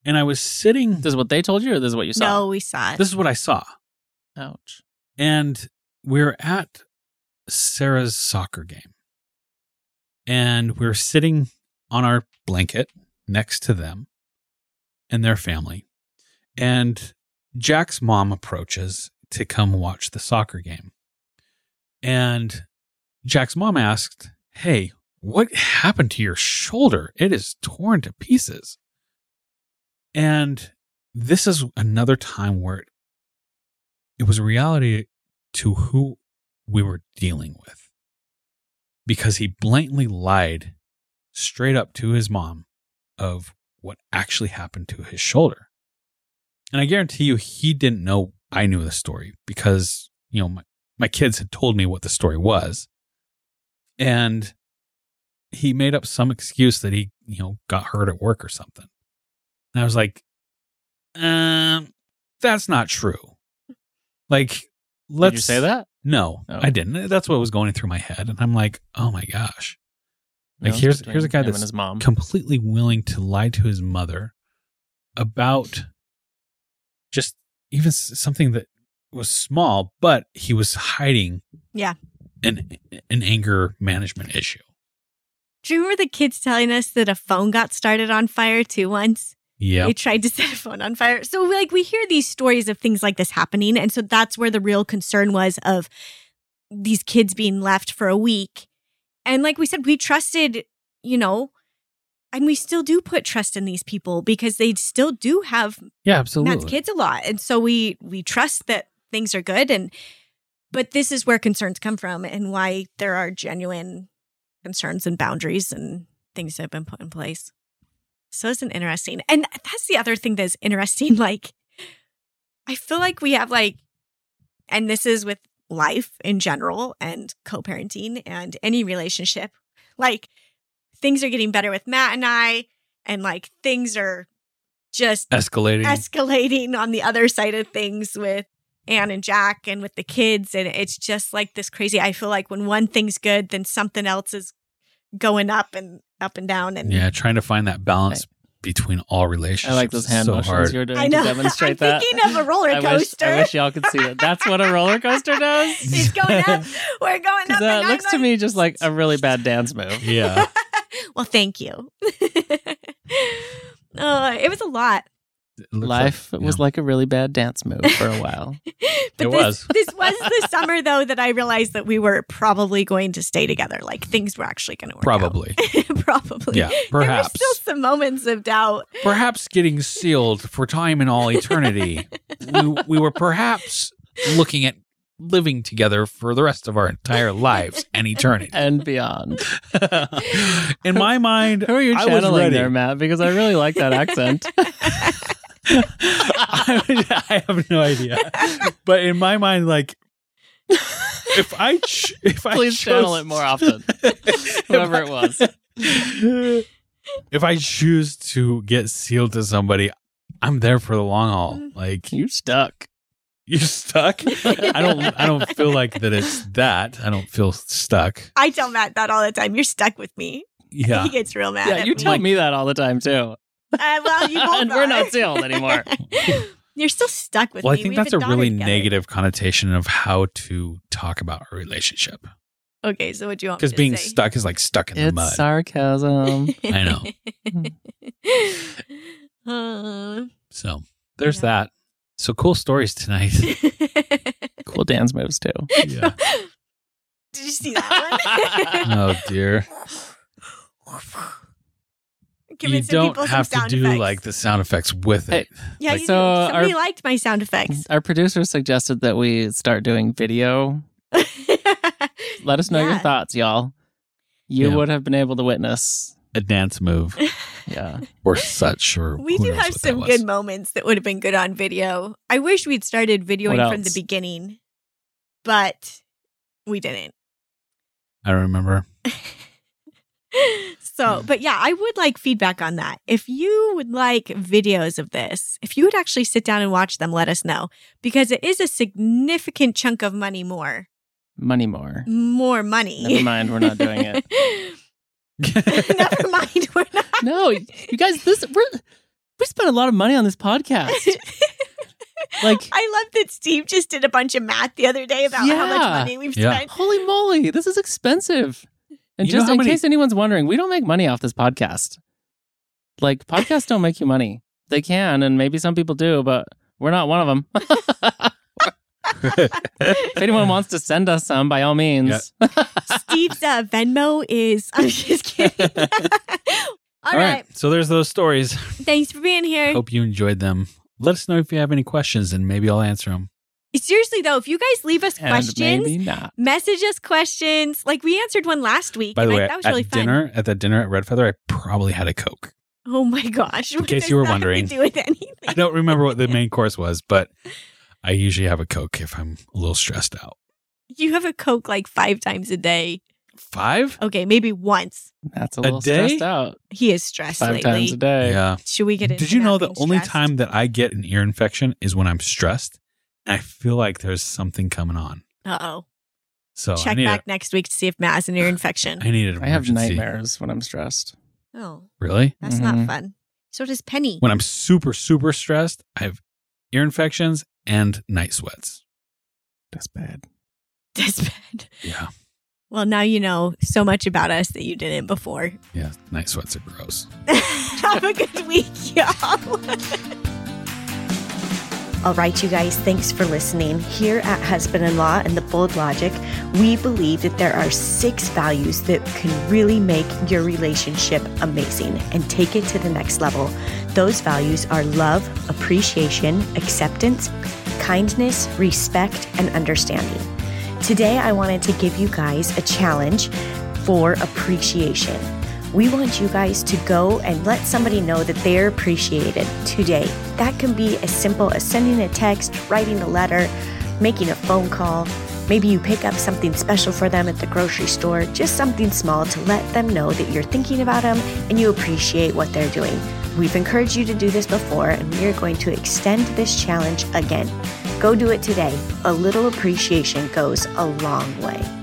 Speaker 1: And I was sitting.
Speaker 2: This is what they told you, or this is what you saw?
Speaker 3: No, we saw it.
Speaker 1: This is what I saw,
Speaker 2: Ouch.
Speaker 1: and we're at Sarah's soccer game, and we're sitting on our blanket next to them and their family, and Jack's mom approaches to come watch the soccer game, and Jack's mom asked, Hey, what happened to your shoulder? It is torn to pieces. And this is another time where it, it was a reality to who we were dealing with because he blatantly lied straight up to his mom of what actually happened to his shoulder. And I guarantee you, he didn't know I knew the story because, you know, my, my kids had told me what the story was and he made up some excuse that he you know got hurt at work or something and i was like um that's not true like let's
Speaker 2: Did you say that?
Speaker 1: no
Speaker 2: Oh.
Speaker 1: i didn't that's what was going through my head and i'm like oh my gosh Like,
Speaker 2: it's
Speaker 1: here's-
Speaker 2: between
Speaker 1: here's a guy
Speaker 2: him
Speaker 1: that's
Speaker 2: and his mom.
Speaker 1: completely willing to lie to his mother about just even s- something that was small but he was hiding
Speaker 3: Yeah.
Speaker 1: an an anger management issue
Speaker 3: Do you remember the kids telling us that a phone got started on fire too once?
Speaker 1: yeah
Speaker 3: They tried to *laughs* set a phone on fire. So like we hear these stories of things like this happening. And so that's where the real concern was of these kids being left for a week. And like we said, we trusted, you know, and we still do put trust in these people because they still do have
Speaker 1: yeah absolutely
Speaker 3: Matt's kids a lot. And so we we trust that things are good and but this is where concerns come from and why there are genuine concerns and boundaries and things that have been put in place. So it's an interesting. And that's the other thing that's interesting. *laughs* Like I feel like we have like and this is with life in general and co-parenting and any relationship. Like things are getting better with Matt and I and like things are just
Speaker 1: escalating.
Speaker 3: escalating on the other side of things with Anne and Jack and with the kids. And it's just like this crazy. I feel like when one thing's good, then something else is going up and up and down. And
Speaker 1: yeah, trying to find that balance between all relationships.
Speaker 2: I like those
Speaker 1: is
Speaker 2: hand
Speaker 1: so
Speaker 2: motions
Speaker 1: hard.
Speaker 2: you were doing
Speaker 3: I know.
Speaker 2: to demonstrate
Speaker 3: I'm
Speaker 2: that.
Speaker 3: thinking of a roller
Speaker 2: I wish-
Speaker 3: coaster.
Speaker 2: I wish, y'all could see that. That's what a roller coaster does.
Speaker 3: *laughs* It's going
Speaker 2: *laughs*
Speaker 3: up. *laughs* we're going up.
Speaker 2: Because that
Speaker 3: and
Speaker 2: looks
Speaker 3: I'm
Speaker 2: to
Speaker 3: like, *laughs*
Speaker 2: me just like a really bad
Speaker 1: *laughs*
Speaker 2: dance move.
Speaker 1: yeah,
Speaker 3: Well, thank you. *laughs* Uh, it was a lot,
Speaker 1: It looks
Speaker 2: *laughs* Life
Speaker 1: like-
Speaker 2: was
Speaker 1: yeah.
Speaker 2: like a really bad dance move for a
Speaker 3: *laughs*
Speaker 2: while.
Speaker 3: but this,
Speaker 1: It was. *laughs*
Speaker 3: this was the summer though that I realized that we were probably going to stay together. Like things were actually going to work out.
Speaker 1: probably.
Speaker 3: *laughs* probably.
Speaker 1: Yeah, perhaps.
Speaker 3: There were still some moments of doubt.
Speaker 1: Perhaps getting sealed for time and all eternity. we, we were perhaps looking at living together for the rest of our entire lives and
Speaker 2: *laughs*
Speaker 1: eternity. *laughs*
Speaker 2: and beyond.
Speaker 1: In my mind, *laughs*
Speaker 2: Who are you
Speaker 1: I was
Speaker 2: channeling
Speaker 1: ready.
Speaker 2: there, Matt? Because I really like
Speaker 3: *laughs*
Speaker 2: that accent.
Speaker 1: I, I have no idea. But in my mind, like if I ch- if I
Speaker 2: Please channel
Speaker 1: chose-
Speaker 2: it
Speaker 1: *laughs*
Speaker 2: more often. Whoever it was.
Speaker 1: if I choose to get sealed to somebody, I'm there for the long
Speaker 2: Mm.
Speaker 1: haul. Like
Speaker 2: You stuck.
Speaker 1: you're stuck. I don't. I don't feel like that. It's that. I don't feel stuck.
Speaker 3: I tell Matt that all the time. You're stuck with me.
Speaker 1: *laughs* Yeah.
Speaker 3: He gets real mad.
Speaker 2: Yeah,
Speaker 3: at
Speaker 2: you
Speaker 3: me.
Speaker 2: tell me that all the time too.
Speaker 3: *laughs* Uh, *laughs*
Speaker 2: *laughs*
Speaker 3: well, you both
Speaker 2: and we're
Speaker 3: are.
Speaker 2: not sealed anymore.
Speaker 3: *laughs* You're still stuck with
Speaker 1: Well, I
Speaker 3: me.
Speaker 1: think
Speaker 3: We have
Speaker 1: that's a
Speaker 3: daughter
Speaker 1: really
Speaker 3: together.
Speaker 1: negative connotation of how to talk about a relationship
Speaker 3: Okay, so what do you want?
Speaker 1: because
Speaker 3: me to
Speaker 1: being
Speaker 3: say? *laughs*
Speaker 1: stuck is like stuck in the mud.
Speaker 2: It's *laughs* sarcasm.
Speaker 1: I know.
Speaker 3: Uh, *laughs*
Speaker 1: So there's that. So cool stories
Speaker 3: *laughs*
Speaker 1: tonight.
Speaker 2: cool dance moves too.
Speaker 1: yeah.
Speaker 3: Did you see that *laughs*
Speaker 1: *laughs*
Speaker 3: one?
Speaker 1: Oh dear.
Speaker 3: Give
Speaker 1: you
Speaker 3: it some people
Speaker 1: don't
Speaker 3: some
Speaker 1: have to
Speaker 3: sound
Speaker 1: do
Speaker 3: effects.
Speaker 1: like the sound effects with
Speaker 2: Hey,
Speaker 1: it.
Speaker 3: Yeah,
Speaker 1: like-
Speaker 3: you
Speaker 2: So,
Speaker 3: do.
Speaker 2: our-
Speaker 3: somebody liked my sound effects.
Speaker 2: Our producer suggested that we start doing video. Let us know your
Speaker 3: Yeah.
Speaker 2: thoughts, y'all. You
Speaker 1: Yeah.
Speaker 2: would have been able to witness.
Speaker 1: A dance move
Speaker 3: *laughs*
Speaker 2: Yeah.
Speaker 1: or such or
Speaker 3: We
Speaker 1: who
Speaker 3: do
Speaker 1: knows
Speaker 3: have
Speaker 1: what that
Speaker 3: some
Speaker 1: was.
Speaker 3: good moments that would have been good on video. I wish we'd started videoing
Speaker 2: What
Speaker 3: from the
Speaker 2: else?
Speaker 3: beginning, but we didn't.
Speaker 1: I
Speaker 3: *laughs*
Speaker 1: remember.
Speaker 2: Hmm.
Speaker 3: So, but yeah, I would like feedback on that. If you would like videos of this, if you would actually sit down and watch them, let us know because it is a significant chunk of money more
Speaker 2: *laughs* Money more.
Speaker 3: More money.
Speaker 2: Never mind, we're not doing
Speaker 3: *laughs*
Speaker 2: it.
Speaker 3: Never mind. We're not.
Speaker 2: No, you guys, this we're, we spent a lot of money on this
Speaker 3: *laughs*
Speaker 2: podcast. *laughs* Like,
Speaker 3: I love that Steve just did a bunch of math the other day about how much
Speaker 2: Yeah.
Speaker 3: money we've
Speaker 1: Yeah.
Speaker 3: spent.
Speaker 2: holy moly, this is expensive. And
Speaker 1: You know
Speaker 2: just
Speaker 1: how
Speaker 2: in
Speaker 1: many-
Speaker 2: case anyone's wondering, we don't make money off this podcast.
Speaker 1: *laughs*
Speaker 2: Like, podcasts don't make you money. They can, and maybe some people do, but we're not one of them. if anyone wants to send us some, by all means.
Speaker 1: Yeah.
Speaker 3: Steve's uh, Venmo is. *laughs* I'm
Speaker 1: *laughs*
Speaker 3: just kidding. All
Speaker 2: All
Speaker 3: right.
Speaker 2: right.
Speaker 1: so there's those stories.
Speaker 3: Thanks for being here.
Speaker 1: Hope you enjoyed them. Let us know if you have any questions, and maybe I'll answer them.
Speaker 3: Seriously, though, if you guys leave us
Speaker 2: And
Speaker 3: questions,
Speaker 2: maybe not.
Speaker 3: message us questions. Like we answered one last week.
Speaker 1: By the
Speaker 3: and I-
Speaker 1: way,
Speaker 3: that was
Speaker 1: at
Speaker 3: really fun.
Speaker 1: dinner, at that dinner at Red Feather, I probably had a Coke.
Speaker 3: Oh my gosh. What
Speaker 1: case
Speaker 3: does
Speaker 1: you were
Speaker 3: that have
Speaker 1: wondering.
Speaker 3: To do with *laughs* anything.
Speaker 1: I don't remember what
Speaker 3: *laughs*
Speaker 1: the main course was, but I usually have a Coke if I'm a little stressed out.
Speaker 3: You have a Coke like five times a day.
Speaker 1: Five?
Speaker 3: Okay, maybe once.
Speaker 2: That's a
Speaker 1: A
Speaker 2: little
Speaker 1: day?
Speaker 2: stressed out.
Speaker 3: He is stressed
Speaker 2: Five
Speaker 3: lately.
Speaker 2: times a day.
Speaker 1: Yeah.
Speaker 3: Should we get into
Speaker 1: Did you
Speaker 3: that
Speaker 1: know the
Speaker 3: being
Speaker 1: only
Speaker 3: stressed?
Speaker 1: time that I get an ear infection is when I'm stressed? And I feel like there's something coming on.
Speaker 3: Uh oh.
Speaker 1: So I
Speaker 3: Check
Speaker 1: need
Speaker 3: back
Speaker 1: a,
Speaker 3: next week to see if Matt has an ear infection.
Speaker 1: I need an
Speaker 2: I have
Speaker 1: emergency.
Speaker 2: nightmares when I'm stressed.
Speaker 3: oh,
Speaker 1: Really?
Speaker 3: that's
Speaker 2: Mhm.
Speaker 3: not fun. So does Penny.
Speaker 1: Mm-hmm.
Speaker 3: *laughs*
Speaker 1: When I'm super, super stressed, I have ear infections and night sweats.
Speaker 2: That's bad.
Speaker 3: That's bad.
Speaker 1: Yeah.
Speaker 3: Well, now you know so much about us that you didn't before. *laughs*
Speaker 1: Yeah. Night sweats are gross.
Speaker 3: Have a good week, y'all.
Speaker 4: All right, you guys, thanks for listening. Here at Husband in Law and the Bold Logic, we believe that there are six values that can really make your relationship amazing and take it to the next level. Those values are love, appreciation, acceptance, kindness, respect, and understanding. Today, I wanted to give you guys a challenge for appreciation. We want you guys to go and let somebody know that they're appreciated today. That can be as simple as sending a text, writing a letter, making a phone call. Maybe you pick up something special for them at the grocery store, just something small to let them know that you're thinking about them and you appreciate what they're doing. We've encouraged you to do this before, and we are going to extend this challenge again. Go do it today. A little appreciation goes a long way.